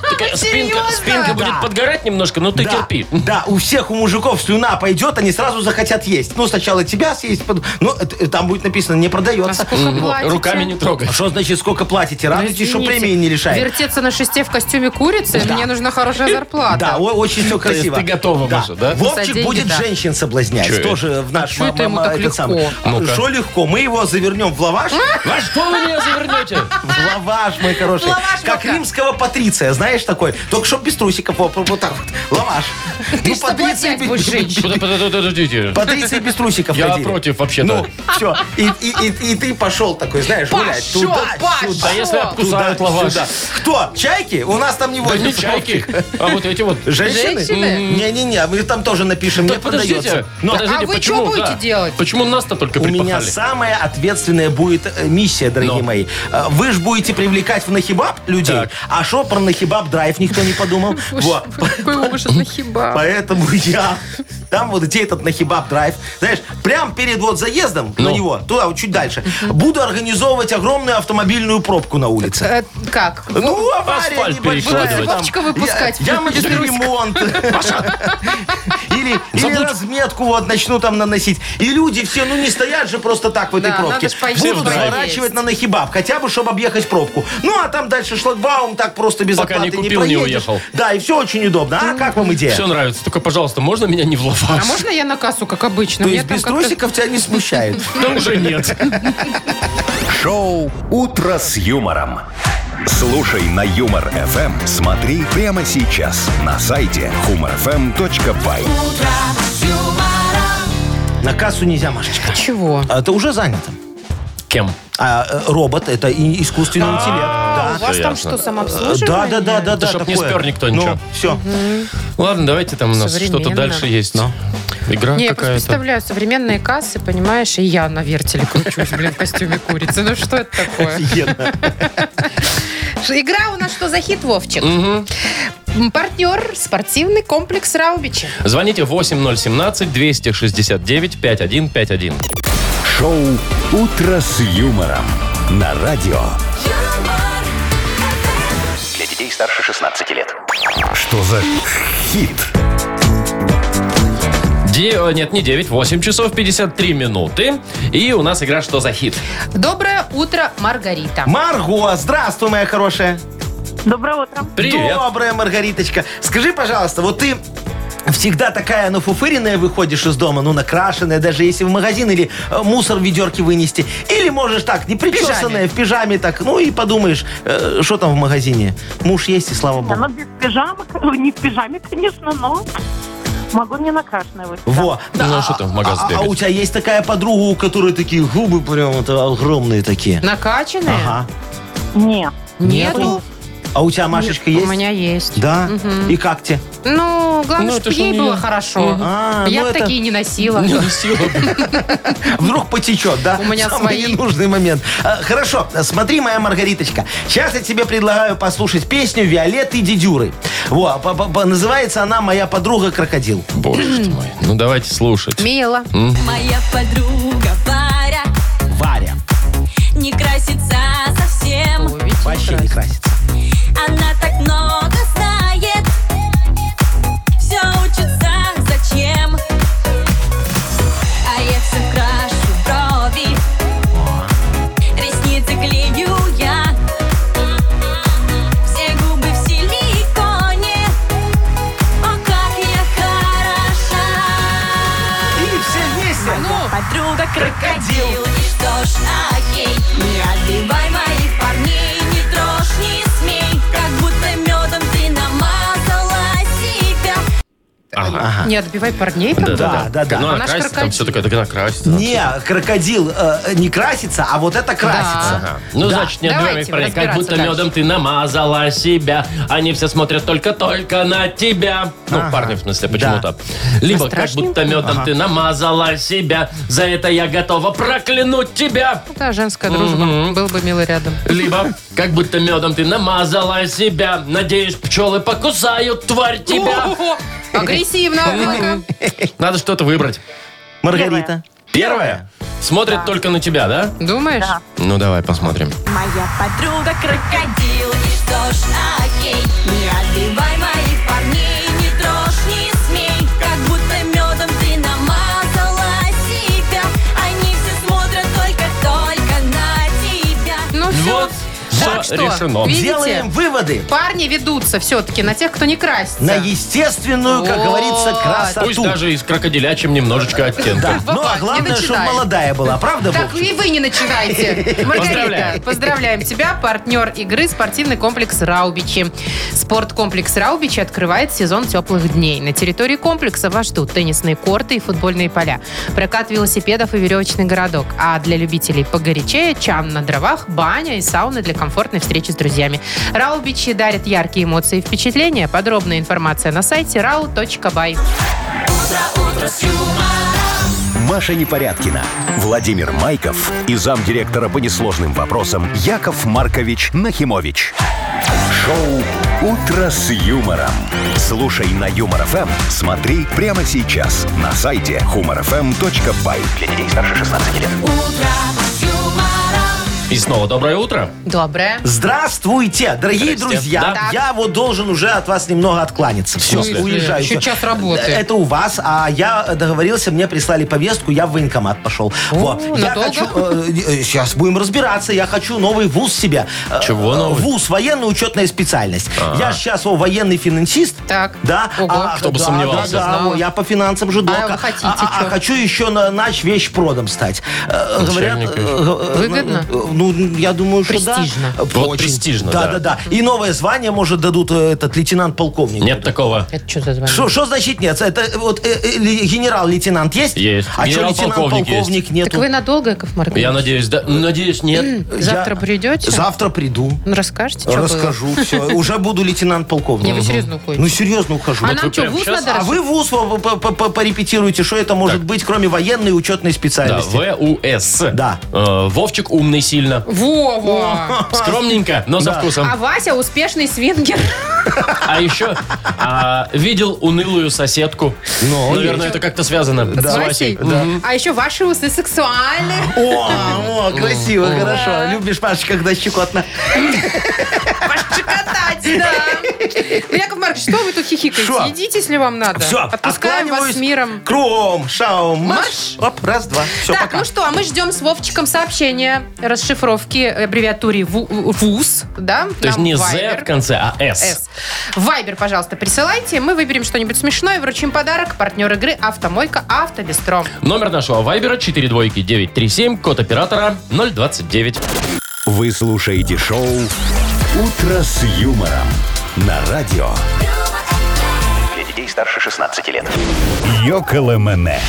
Такая Спинка, серьезно? спинка будет Да. подгорать немножко, но ты да, терпи. Да, у всех у мужиков слюна пойдет, они сразу захотят есть. Ну, сначала тебя съесть, потом... Ну, это- там будет написано, не А продается. сколько платите? Руками не трогай. А Что значит, сколько платите? Ну, Радуйтесь, что извините, премии не лишает. Вертеться на шесте в костюме курицы? Мне нужна хорошая зарплата. Э, Да, о- очень все красиво. ты готова, Маша, да? За Вовчик деньги, будет да. женщин соблазнять. Чё Тоже в наш чё это ему так легко? Ну-ка. Что легко? Мы его завернем в лаваш. Во что вы меня завернете? В лаваш, мой хороший. Лаваш как пока. римского патриция, знаешь, такой. Только чтоб без трусиков. Вот, вот так вот. Лаваш. Ну, Ты ж соблазнять без- будешь без- Подо- подо- Подождите. Патриции без трусиков Я ходили. против вообще-то. Ну, все. И, и- и- и ты пошел такой, знаешь, гулять. Пошел, Туда, пошел. сюда, А если обкусают туда, лаваш? сюда. Кто? Чайки? У нас там не Да не водятся. чайки, а вот эти вот. Женщины? Женщины? Не-не-не, мы там тоже напишем, не Так подождите, продается. Но подождите, А вы чё почему, будете да? делать? Почему нас-то только у меня припахали? самая ответственная будет э, миссия, дорогие Ну. мои. Э, Вы же будете привлекать в нахибаб людей, Так. а что про нахибаб драйв никто не подумал. Вот. Какой ужас, нахиба. Поэтому я там вот где этот нахибаб драйв, знаешь, прям перед вот заездом на Ну. него, туда вот чуть дальше, буду организовывать огромную автомобильную пробку на улице. Э, Как? Ну, авария асфальт небольшая перекладывать. там. Вовчика выпускать. Я, ямочный ремонт. Или, или Забудь. разметку вот начну там наносить. И люди все, ну не стоят же просто так в этой Да, надо пробке. ж пойти Будут туда сворачивать есть. на нахибаб, хотя бы, чтобы объехать пробку. Ну, а там дальше шлагбаум, так просто без Пока не оплаты не купил, не проедешь. уехал. Да, и все очень удобно. А как вам идея? Все нравится. Только, пожалуйста, можно меня не в лаваш? А можно я на кассу, как обычно? То Мне есть без там как-то- трусиков тебя не смущает? Да уже нет. Шоу «Утро с юмором». Слушай на Юмор ФМ. Смотри прямо сейчас на сайте humorfm.by. На кассу нельзя, Машечка. Чего? А, Это уже занято. Кем? А э, робот это и искусственный интеллект. Да. У вас Всё там ясно. что, самообслуживание? Да, да, да, да, да. чтоб не такое. спер никто ничего. Ну, все. Ладно, давайте там у нас что-то Современно. дальше есть. Ну. Игра Не, я просто какая-то. представляю, современные кассы, понимаешь, и я на вертеле кручусь, блин, в костюме курицы. Ну что это такое? Офигенно. Ш- Игра у нас что за хит, Вовчик? Мгм. М, Партнер спортивный комплекс Раубичи. Звоните 8017-269-5151. Шоу «Утро с юмором» на радио. юмор, Для детей старше 16 лет. Что за хит? Де- о, Нет, не 9, 8 часов 53 минуты. И у нас игра «Что за хит?». Доброе утро, Маргарита. Марго, здравствуй, моя хорошая. Доброе утро. Привет. Добрая Маргариточка. Скажи, пожалуйста, вот ты Всегда такая нафуфыренная выходишь из дома, ну, накрашенная, даже если в магазин или э, мусор в ведерке вынести. Или можешь так, не причесанная, в пижаме так, ну и подумаешь, э, что там в магазине. Муж есть, и слава Не, ну богу. без пижамы, не в пижаме, конечно, но могу не накрашенной выйти. Во. Ну, а что там в магаз а- а- А бегать? у тебя есть такая подруга, у которой такие губы прям вот огромные такие? Накачанные? Ага. Не. Нету. А у тебя, Машечка, есть? У меня есть. Да? И как тебе? Ну, главное, Ну, это чтобы ж у ей нее. было хорошо. А, Я ну бы это- Ну, такие не носила. Вдруг потечет, да? У меня Самый свои. ненужный момент. А, Хорошо, смотри, моя Маргариточка. Сейчас я тебе предлагаю послушать песню Виолетты Дидюры. Во, по- по- по- называется она «Моя подруга крокодил». Боже ты мой. Ну, давайте слушать. Мило. ну, Моя подруга Варя Варя. не красится совсем. Ой, видите, Вообще не красиво. красится. Она так много знает. Все учится зачем? А я все крашу брови. Ресницы клею я. Все губы в силиконе. О, как я хороша! И все вместе. Моя подруга крокодил И что ж, окей Не отбивай моих парней Не трожь, не смей Как будто медом ты намазала себя Ага. А. Не отбивай парней там. да, да, да. Ну, она Она ж красится, там А крокодил. все такое, так она красится. Не, крокодил э, не красится, а вот это красится. Ага. Ну, значит, не отбивай Давайте моих парней. Как разбираться будто дальше. медом ты намазала себя. Они все смотрят только-только на тебя. Ну, парни, в смысле, почему-то. Либо как будто медом ты намазала себя. За это я готова проклянуть тебя. Да, женская дружба. Был бы милый рядом. Либо как будто медом ты намазала себя. Надеюсь, пчелы покусают тварь тебя. О, Агрессивно, однако. Надо что-то выбрать. Маргарита. Первое. Смотрят только на тебя, да? Думаешь? Ну, давай посмотрим. Моя подруга крокодил И что ж, окей Не отбивай моих парней Не трожь, не смей Как будто медом ты намазала себя Они все смотрят только-только на тебя Ну все. Вот, все Так что, решено. видите? Делаем выводы Парни ведутся все-таки на тех, кто не красится. на естественную, как Вот. говорится, красоту. Пусть даже и с крокодилячим немножечко Да, оттенком. ну а Вова, не главное, чтобы начинай. молодая была, правда, Так Вовчик? и вы не начинайте. Маргарита, Поздравляем. поздравляем тебя, партнер игры «Спортивный комплекс Раубичи». Спорткомплекс Раубичи открывает сезон теплых дней. На территории комплекса вас ждут теннисные корты и футбольные поля, прокат велосипедов и веревочный городок. А для любителей погорячее – чан на дровах, баня и сауна для комфортной встречи с друзьями. Раубичи дарит яркие эмоции и впечатления. Подробная информация на сайте rau.by. Маша Непорядкина, Владимир Майков и замдиректора по несложным вопросам Яков Маркович Нахимович. Шоу «Утро с юмором». Слушай на Юмор ФМ, смотри прямо сейчас на сайте humorfm.by. Для детей старше 16 лет. И снова доброе утро. Доброе. Здравствуйте, дорогие Здрасте. друзья. Да. Я вот должен уже от вас немного откланяться. Все, смысле? уезжаю. Еще час работы. Это у вас, а я договорился, мне прислали повестку, я в военкомат пошел. Во. Я надолго? хочу, э, сейчас будем разбираться. Я хочу новый вуз себе. Э, Чего новый? Вуз, военно-учетная специальность. Я сейчас о, военный финансист. А. Так. Да. А, Ого. Кто бы да, сомневался. Да, да, Знала. во, я по финансам же дока. А А, вы хотите чё? хочу еще на ночь вещь продам стать. Э, Говорят, Начальник. э, э, Выгодно? э, Ну, я думаю, что да. Престижно. Вот престижно, да. да. Да, да, И новое звание, может, дадут э, этот лейтенант-полковник. Нет такого. Это что за звание? Что, что значит нет? Это вот э, э, ли- генерал-лейтенант есть? Есть. А что Генерал-полковник лейтенант-полковник нету? Так вы надолго, Яков Маркович? Я надеюсь, да. Надеюсь, нет. Завтра Я- придете? Завтра приду. Ну, расскажете, что расскажу все. Уже буду лейтенант-полковник. Не, вы серьезно Мгм. уходите? Ну, серьезно ухожу. было? А Вот нам вы что, прям вуз щас- надо А вы в ВУЗ по- по- по- по- порепетируете, что это может быть, кроме военной и учетной Да, специальности? ВУС. Да. Э, Вовчик умный сильно. Вова! Скромненько, но со вкусом. А Вася успешный свингер. А еще а, видел унылую соседку. Ну, Наверное, это как-то связано с С Васей. Васей. Мгм. А еще ваши усы сексуальные. О, о, красиво, хорошо. Любишь, Паша, когда щекотно. Чекотать, да. Ну, Яков Маркович, что вы тут хихикаете? Шо? Идите, если вам надо. Все, Отпускаем вас с миром. Кругом, шаум, марш. Оп, раз, два. Все, так, пока. ну что, а мы ждем с Вовчиком сообщения. расшифровки аббревиатуре ВУ- ВУЗ, да? То есть нам не в Z в Viber. конце, а S. С. Вайбер, пожалуйста, присылайте. Мы выберем что-нибудь смешное, вручим подарок. Партнер игры «Автомойка Автобестро». Номер нашего вайбера 42937, код оператора 029. Вы слушаете шоу «Утро с юмором» на радио Для детей старше 16 лет. Йоколэмэне.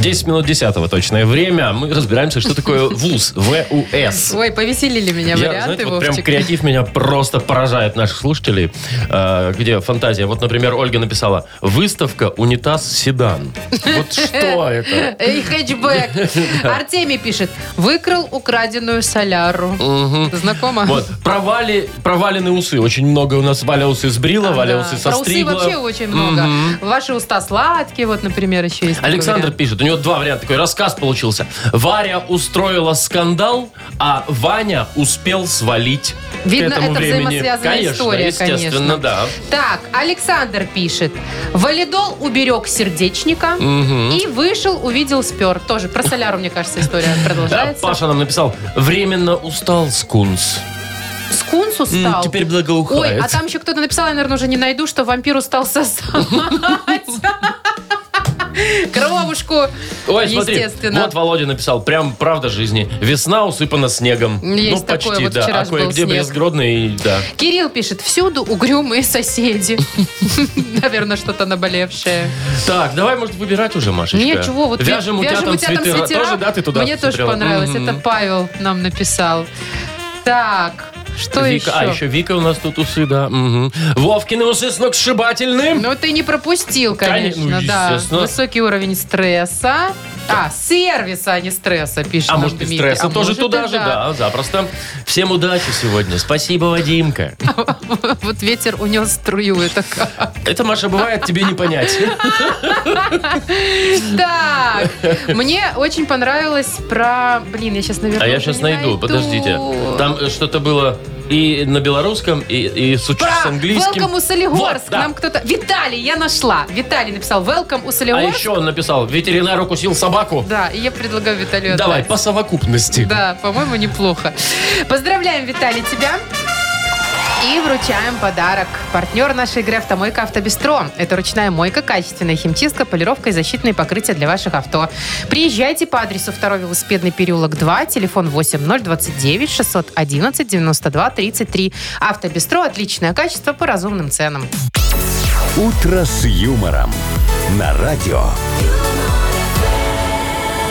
10 минут 10 точное время. Мы разбираемся, что такое ВУЗ. В-У-С. Ой, повеселили меня Я, варианты, знаете, вот прям Вовчик. креатив меня просто поражает наших слушателей. Э, где фантазия? Вот, например, Ольга написала «Выставка унитаз седан». Вот что это? Эй, хэтчбэк. Артемий пишет. Выкрал украденную соляру. Знакомо? Вот, провали, провалены усы. Очень много у нас Валя усы сбрила, А, Да. Валя усы Про усы состригла. вообще очень много. Мгм. Ваши уста сладкие, вот, например, еще есть. такой Александр вариант. пишет, у него два варианта, такой рассказ получился. Варя устроила скандал, а Ваня успел свалить Видно, к этому это времени. взаимосвязанная конечно, история, естественно, конечно. да. Так, Александр пишет. Валидол уберег сердечника и вышел, увидел, спер. Тоже про соляру, мне кажется, история Да, продолжается. Паша нам написал, временно устал скунс. Скунс М, устал. Теперь Ой, благоухает. а там еще кто-то написал, я, наверное, уже не найду, что вампир устал сосать. Кровушку, Ой, смотри, естественно. вот Володя написал, прям правда жизни. Весна усыпана снегом. Есть ну, такое, почти, вот да. вчера а ж был кое-где снег. безгродный, да. Кирилл пишет, всюду угрюмые соседи. Наверное, что-то наболевшее. Так, давай, может, выбирать уже, Машечка? Нет, чего, вот Вяжем утятам свитера. Тоже, да, ты туда Мне тоже смотрела? понравилось, Мгм. это Павел нам написал. Так, что Вика, А, еще еще? Вика у нас тут усы, да. мгм. Вовкины усы сногсшибательны. Ну, ты не пропустил, Конечно, конечно, ну, да. естественно. Высокий уровень стресса. А, сервиса, а не стресса, пишет А нам может и Дмитрий. стресса А тоже может, туда и же, да, запросто. Всем удачи сегодня. Спасибо, Вадимка. Вот ветер унес струю, это как. Это, Маша, бывает, тебе не понять. Так, мне очень понравилось про... Блин, я сейчас, наверное, А я сейчас найду, подождите. Там э, что-то было и на белорусском, и, и с, уч- с Про английским. Welcome у Солигорск. Вот, да. Нам кто-то... Виталий, я нашла. Виталий написал Welcome у А Солигорск. еще он написал, ветеринар укусил собаку. Да, и я предлагаю Виталию Давай, отправить. по совокупности. Да, по-моему, неплохо. Поздравляем, Виталий, тебя. И вручаем подарок. Партнер нашей игры «Автомойка Автобестро». Это ручная мойка, качественная химчистка, полировка и защитные покрытия для ваших авто. Приезжайте по адресу 2 велосипедный переулок 2, телефон 8029 611 92 33. «Автобестро» – отличное качество по разумным ценам. «Утро с юмором» на радио.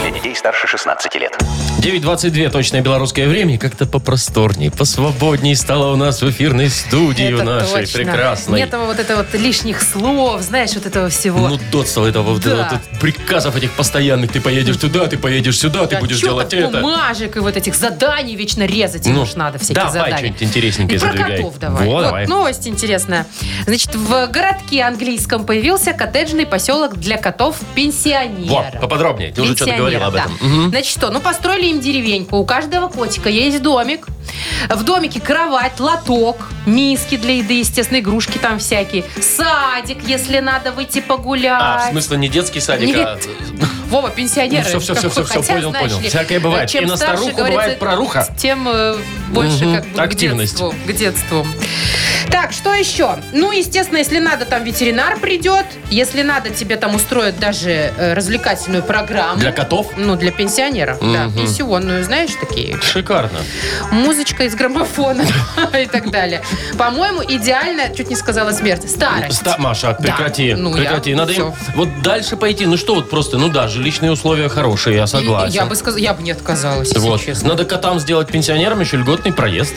Для детей старше 16 лет. 9.22, точное белорусское время. И Как-то попросторней, посвободней стало у нас в эфирной студии в Это нашей точно. прекрасной. Нет вот это вот лишних слов, знаешь, вот этого всего. Ну, дотство этого, вот Да. этого, вот приказов этих постоянных. Ты поедешь туда, ты поедешь сюда, ты Да, будешь чё делать так это. Ну, бумажек и вот этих заданий вечно резать им уж надо, всякие давай задания. что-нибудь интересненькое И про задвигай. котов давай. Во, Вот давай. новость интересная. Значит, в городке английском появился коттеджный поселок для Во, котов-пенсионеров. поподробнее. Ты уже что-то Пенсионеров, говорил об да. этом. Мгм. Значит что, ну построили им деревеньку. У каждого котика есть домик. В домике кровать, лоток, миски для еды, естественно, игрушки там всякие. Садик, если надо выйти погулять. А, в смысле, не детский садик, а... Нет. Вова, пенсионеры. Ну, всё, всё, всё, всё, Хотя, всё, понял, знаешь понял. ли, э, Всякое бывает. Чем И на старше, старуху говорится, бывает проруха. Тем э, больше Мгм. как бы Активность. к детству. К детству. Так, что еще? Ну, естественно, если надо, там ветеринар придет. Если надо, тебе там устроят даже э, развлекательную программу. Для котов? Ну, для пенсионеров, да. Мгм. Пенсионную, знаешь, такие. Шикарно. Музычка из граммофона и так далее. По-моему, идеально, чуть не сказала смерть, старость. Ста- Маша, прекрати, ну, я- прекрати. Надо им всё. вот дальше пойти. Ну что вот просто, ну да, жилищные условия хорошие, я согласен. Я бы, сказ- я бы не отказалась, если вот. честно. Надо котам сделать пенсионерам еще льготный проезд.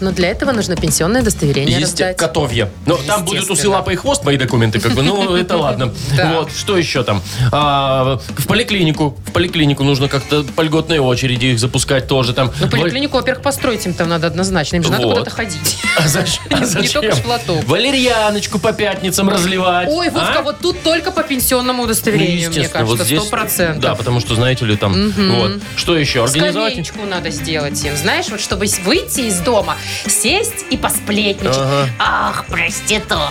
Но для этого нужно пенсионное удостоверение Есть раздать. котовье. Но там будут усы, Естественно. лапа и хвост, мои документы, как бы. Ну, это ладно. Да. Вот, что еще там? А, В поликлинику. В поликлинику нужно как-то по льготной очереди их запускать тоже там. Ну, поликлинику, во-первых, построить им там надо однозначно. Им же надо Вот. куда-то ходить. А зачем? А Не зачем? только ж в лоток. Валерьяночку по пятницам разливать. Ой, Вовка, а? вот тут только по пенсионному Ну, удостоверению, мне естественно, вот кажется, здесь- сто процентов. Да, потому что, знаете ли, там, вот. Что еще? Организовать? Скамеечку надо сделать им, знаешь, вот чтобы с- выйти из дома, сесть и посплетничать. Ах, проститутка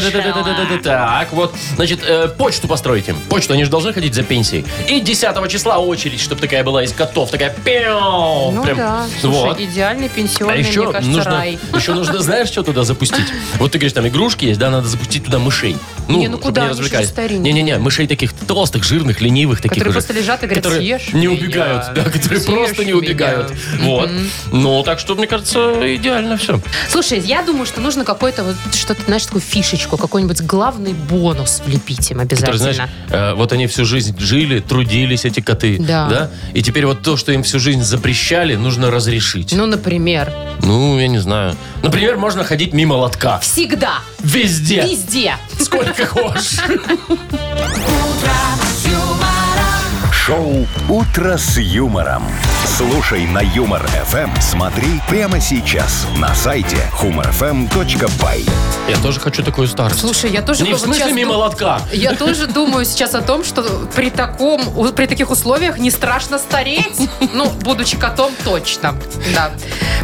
Да-да-да-да-да-да-да-да. Так, вот, значит, э, почту построить им. Почту, они же должны ходить за пенсией. И 10 числа очередь, чтобы такая была из котов, такая пяу. Ну Прям. да, слушай, Вот. идеальный пенсионный, А еще мне кажется, нужно, рай. еще нужно, знаешь, что туда запустить? Вот ты говоришь, там игрушки есть, да, надо запустить туда мышей. Не, ну чтобы куда, они же развлекались. старенькие. Не-не-не, мышей таких толстых, жирных, ленивых таких Которые уже, просто лежат и говорят, которые «Съешь не меня, убегают, да, которые съешь просто не меня». убегают. Вот. Ну, так что, мне кажется, идеально все. Слушай, я думаю, что нужно какой-то вот что-то, знаешь, такую фишечку, какой-нибудь главный бонус влепить им обязательно. Которые, знаешь, э, вот они всю жизнь жили, трудились, эти коты. Да. И теперь вот то, что им всю жизнь запрещали, нужно разрешить. Ну, например, Ну, я не знаю. Например, можно ходить мимо лотка. всегда, Везде. везде. Сколько хочешь. Шоу «Утро с юмором». Слушай на Юмор ФМ. Смотри прямо сейчас на сайте humorfm.by. Я тоже хочу такую старость. Слушай, я тоже... Не в вот смысле сейчас мимо ду- лотка. Я тоже думаю сейчас о том, что при таком, у- при таких условиях не страшно стареть. Ну, будучи котом, точно. Да.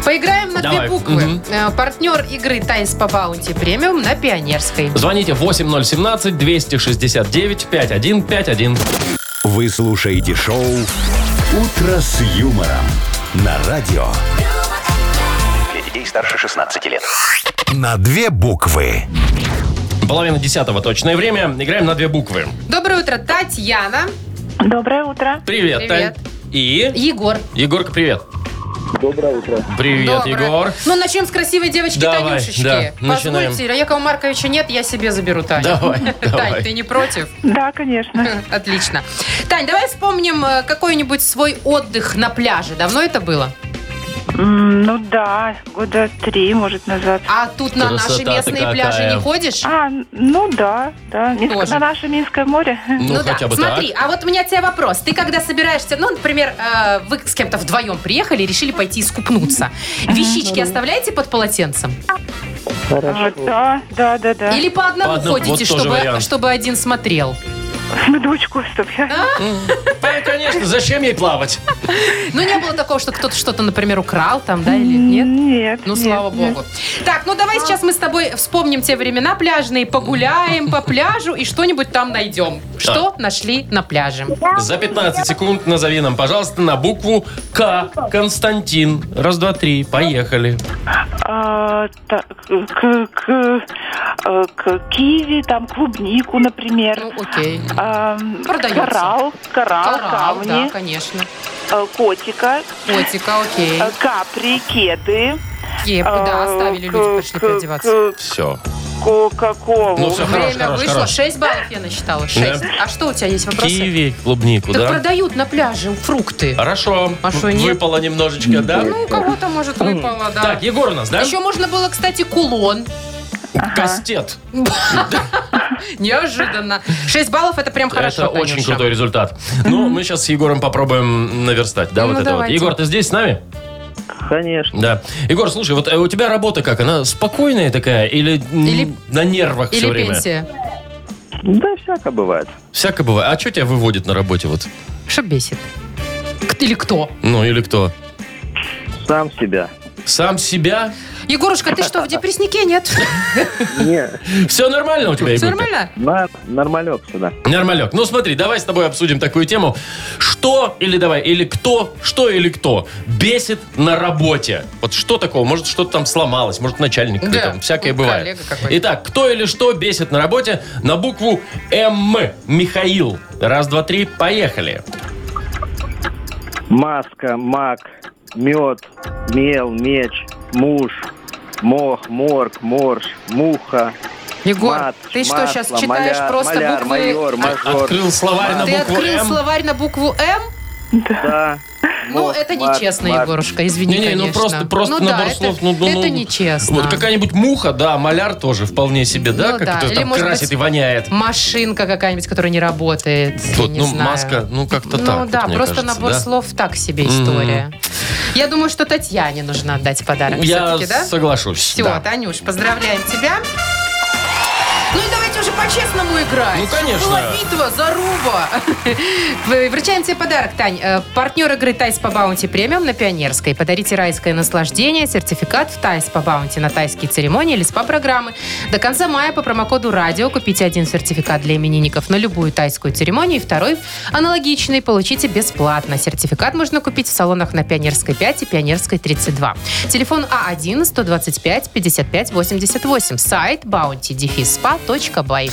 Поиграем на Давай. две буквы. Мгм. Э, Партнер игры Тайс по баунти премиум на Пионерской. Звоните 8017-269-5151. Вы слушаете шоу «Утро с юмором» на радио. Для детей старше 16 лет. На две буквы. Половина десятого точное время. Играем на две буквы. Доброе утро, Татьяна. Доброе утро. Привет, Привет. Тань. И? Егор. Егорка, привет. Доброе утро. Привет, Доброе. Егор. Ну, начнем с красивой девочки Давай, Танюшечки. да, начинаем. Позвольте, Якова Марковича нет, я себе заберу Таню. Давай, давай. Тань, ты не против? Да, конечно. Отлично. Тань, давай вспомним э, какой-нибудь свой отдых на пляже. Давно это было? М, Ну да, года три, может, назад. А тут на Красота-то наши местные какая. пляжи не ходишь? А, ну да, да. Минск- Тоже. на наше Минское море. Ну, да, хотя бы смотри, а вот у меня тебе вопрос. Ты когда собираешься, ну, например, э, вы с кем-то вдвоем приехали и решили пойти искупнуться. Вещички оставляете под полотенцем? А, да, да, да, да. Или по одному По одному, ходите, вот тоже чтобы, вариант. чтобы один смотрел? Ну, дочку, чтоб я- так. Тань, конечно, зачем ей плавать? Ну, не было такого, что кто-то что-то, например, украл там, да, или нет? Нет. Ну, нет, слава нет. богу. Так, ну давай сейчас мы с тобой вспомним те времена пляжные, погуляем по пляжу и что-нибудь там найдем. Что нашли на пляже? За 15 секунд назови нам, пожалуйста, на букву К. Константин. Раз, два, три. Поехали. А, так, к, к- э, к киви, там клубнику, например. Ну, окей. Ам, продается. Коралл, А коралл, Коралл, да, камни, конечно. э, котика, Котика, окей. А, э, капри, кеды. э, Кепку, да, оставили люди, пошли переодеваться. Все. Кока-колу. Ну, всё, хорош, Время хорош, вышло. хорош. 6 баллов я насчитала. 6. Да. А что у тебя есть вопросы? Киви, клубнику, Так да? продают на пляже фрукты. Хорошо. А что, нет? Выпало немножечко, да? Ну, у кого-то, может, выпало, да. Так, Егор у нас, да? Еще можно было, кстати, кулон. Кастет. Неожиданно. 6 баллов это прям Ну, хорошо. это очень Танюша. крутой результат. Ну, мы сейчас с Егором попробуем наверстать, да, Ну, вот это давайте. вот. Егор, ты здесь с нами? Конечно. Да. Егор, слушай, вот э, у тебя работа как? Она спокойная такая или, м, Или- на нервах все Или время? пенсия. Да, всяко бывает. Всяко бывает. А что тебя выводит на работе вот? Что бесит? К- Или кто? Ну, или кто? Сам себя. Сам себя? Егорушка, ты что, в депресснике? Нет? Не, Все нормально у тебя, Все Егорка? нормально? на, нормалек сюда. Нормалек. Ну смотри, давай с тобой обсудим такую тему. Что или давай, или кто, что или кто бесит на работе? Вот что такого? Может, что-то там сломалось, может, начальник Да. какой-то там, всякое Ну, бывает. коллега какой-то. Итак, кто или что бесит на работе на букву М. Михаил. Раз, два, три, поехали. Маска, мак, мед, мел, меч, муж, мох, морг, морж, муха, Егор, мат, ты что, масло, сейчас читаешь маляр, просто маляр, буквы... А, майор, мажор. Открыл словарь на Ты букву открыл М. словарь на букву М? Да. Ну, мох, это мат, нечестно, мат. Егорушка, извини, Не-не, ну конечно. просто, просто Ну да, набор это- слов. Ну, ну, ну. Это нечестно. Вот какая-нибудь муха, да, маляр тоже вполне себе, да, Ну как да, это или, там может красит быть, и воняет. Машинка какая-нибудь, которая не работает. я Вот, не ну, знаю. маска, ну, как-то Ну так. вот, да, мне просто кажется, набор да. слов так себе история. Я думаю, что Татьяне нужно отдать подарок Я все-таки, да? соглашусь. Все, да. Танюш, поздравляем тебя. Ну и давайте уже по по-честному играть. Ну, конечно. Была битва, заруба. Вы- Вручаем тебе подарок, Тань. Э, Партнер игры «Тайс по баунти премиум» на Пионерской. Подарите райское наслаждение, сертификат в «Тайс по баунти» на тайские церемонии или СПА-программы. До конца мая по промокоду «Радио» купите один сертификат для именинников на любую тайскую церемонию и второй аналогичный получите бесплатно. Сертификат можно купить в салонах на Пионерской 5 и Пионерской 32. Телефон А А1-125-55-88. Сайт bountydefisspa.by.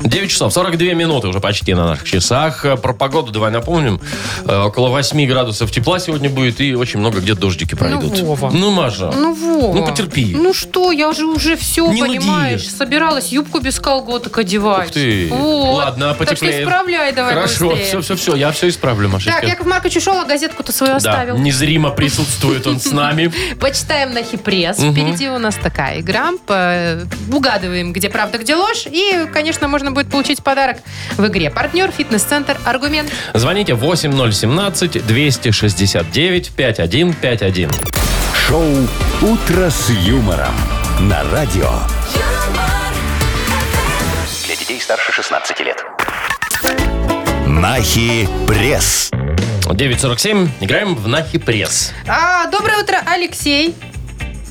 9 часов 42 минуты уже почти на наших часах. Э, Про погоду давай напомним. Э, Около 8 градусов тепла сегодня будет и очень много где дождики пройдут. Вова. Ну, Маша. Ну, Вова. Ну, потерпи. Ну что, я же уже все, Не нуди. понимаешь, собиралась юбку без колготок одевать. Ух ты. Вот. Ладно, Так потеплее. что исправляй давай Хорошо, быстрее. все, все, все, я все исправлю, Машечка. Так, Яков Маркович ушел, а газетку-то свою да, оставил. незримо присутствует он с нами. Почитаем на хипресс. Впереди у нас такая игра. По- э, Угадываем, где правда, где ложь. И, конечно, можно будет получить подарок в игре. Партнер, фитнес-центр, аргумент. Звоните 8017-269-5151. Шоу «Утро с юмором». На радио. юмор, Для детей старше 16 лет. Нахи пресс. 947. Играем в Нахи Пресс. А, доброе утро, Алексей.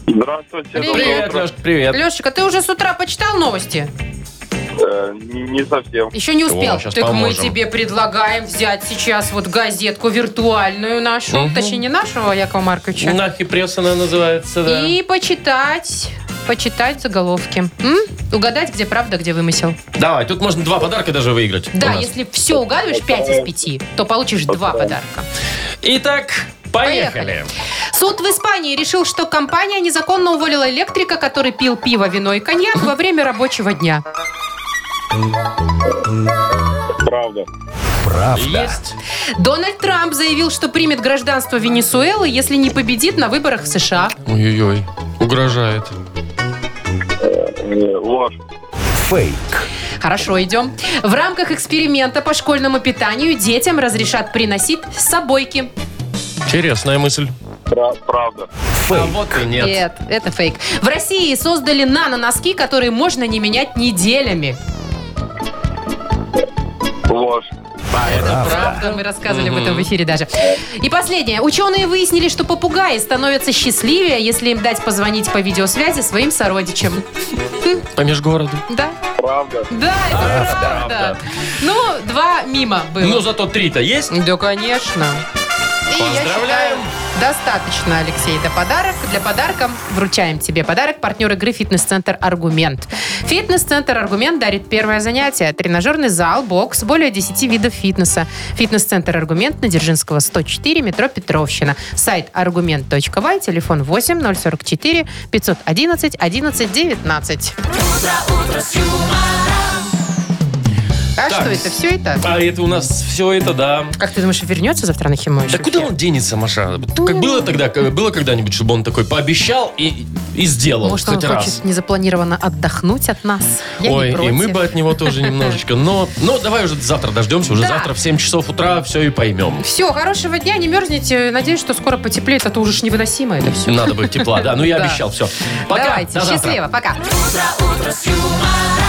Здравствуйте. Привет. Привет, Леш, привет. Лешечка, ты уже с утра почитал новости? Э, не, не совсем. Еще не успел. О, щас так поможем. мы тебе предлагаем взять сейчас вот газетку виртуальную нашу, Мгм. точнее не нашего Якова Марковича, Нахи Пресс она называется, да. и почитать, почитать заголовки. М? Угадать, где правда, где вымысел. Давай, тут можно два подарка даже выиграть. у Да, нас. если все угадываешь 5 из 5, то получишь два подарка. Итак, поехали. Суд в Испании решил, что компания незаконно уволила электрика, который пил пиво, вино и коньяк во время рабочего дня. Правда. А Правда. Есть. Дональд Трамп заявил, что примет гражданство Венесуэлы, если не победит на выборах в США. Ой-ой-ой. Угрожает. Э, ложь. Фейк. Хорошо, идем. В рамках эксперимента по школьному питанию детям разрешат приносить с собойки. Интересная мысль. Пра- правда. А вот и нет. это фейк. В России создали нано-носки, которые можно не менять неделями. Ложь. А, Правда, мы рассказывали об этом в эфире даже. И последнее. Ученые выяснили, что попугаи становятся счастливее, если им дать позвонить по видеосвязи своим сородичам. По А межгороду. Да? Правда. Да, это правда. Ну, два мимо Но было. Ну, зато три-то есть. Да, конечно. И я Поздравляем. считаю, достаточно, Алексей, до подарок. Для подарка вручаем тебе подарок. Партнер игры «Фитнес-центр Аргумент». «Фитнес-центр Аргумент» дарит первое занятие. Тренажерный зал, бокс, более 10 видов фитнеса. «Фитнес-центр Аргумент» на Дзержинского, 104, метро Петровщина. Сайт argument.by, телефон 8 044 511 11 19. А что это? Все это? А это у нас все это, да. Как ты думаешь, вернется завтра Нахимович? Да куда он денется, Маша? Вот Как ну. было тогда, как было когда-нибудь, чтобы он такой пообещал и, и сделал Может, он хоть раз? хочет незапланированно отдохнуть от нас? Я не Ой, и против. мы бы от него тоже немножечко. Но, но давай уже завтра дождемся, уже Да. завтра в 7 часов утра все и поймем. Все, хорошего дня, не мерзните. Надеюсь, что скоро потеплеет, а то уже ж невыносимо это все. Надо будет тепла, да. Ну я Да. обещал, все. Пока. Давайте, до завтра. счастливо, пока. утро, утро с юмором.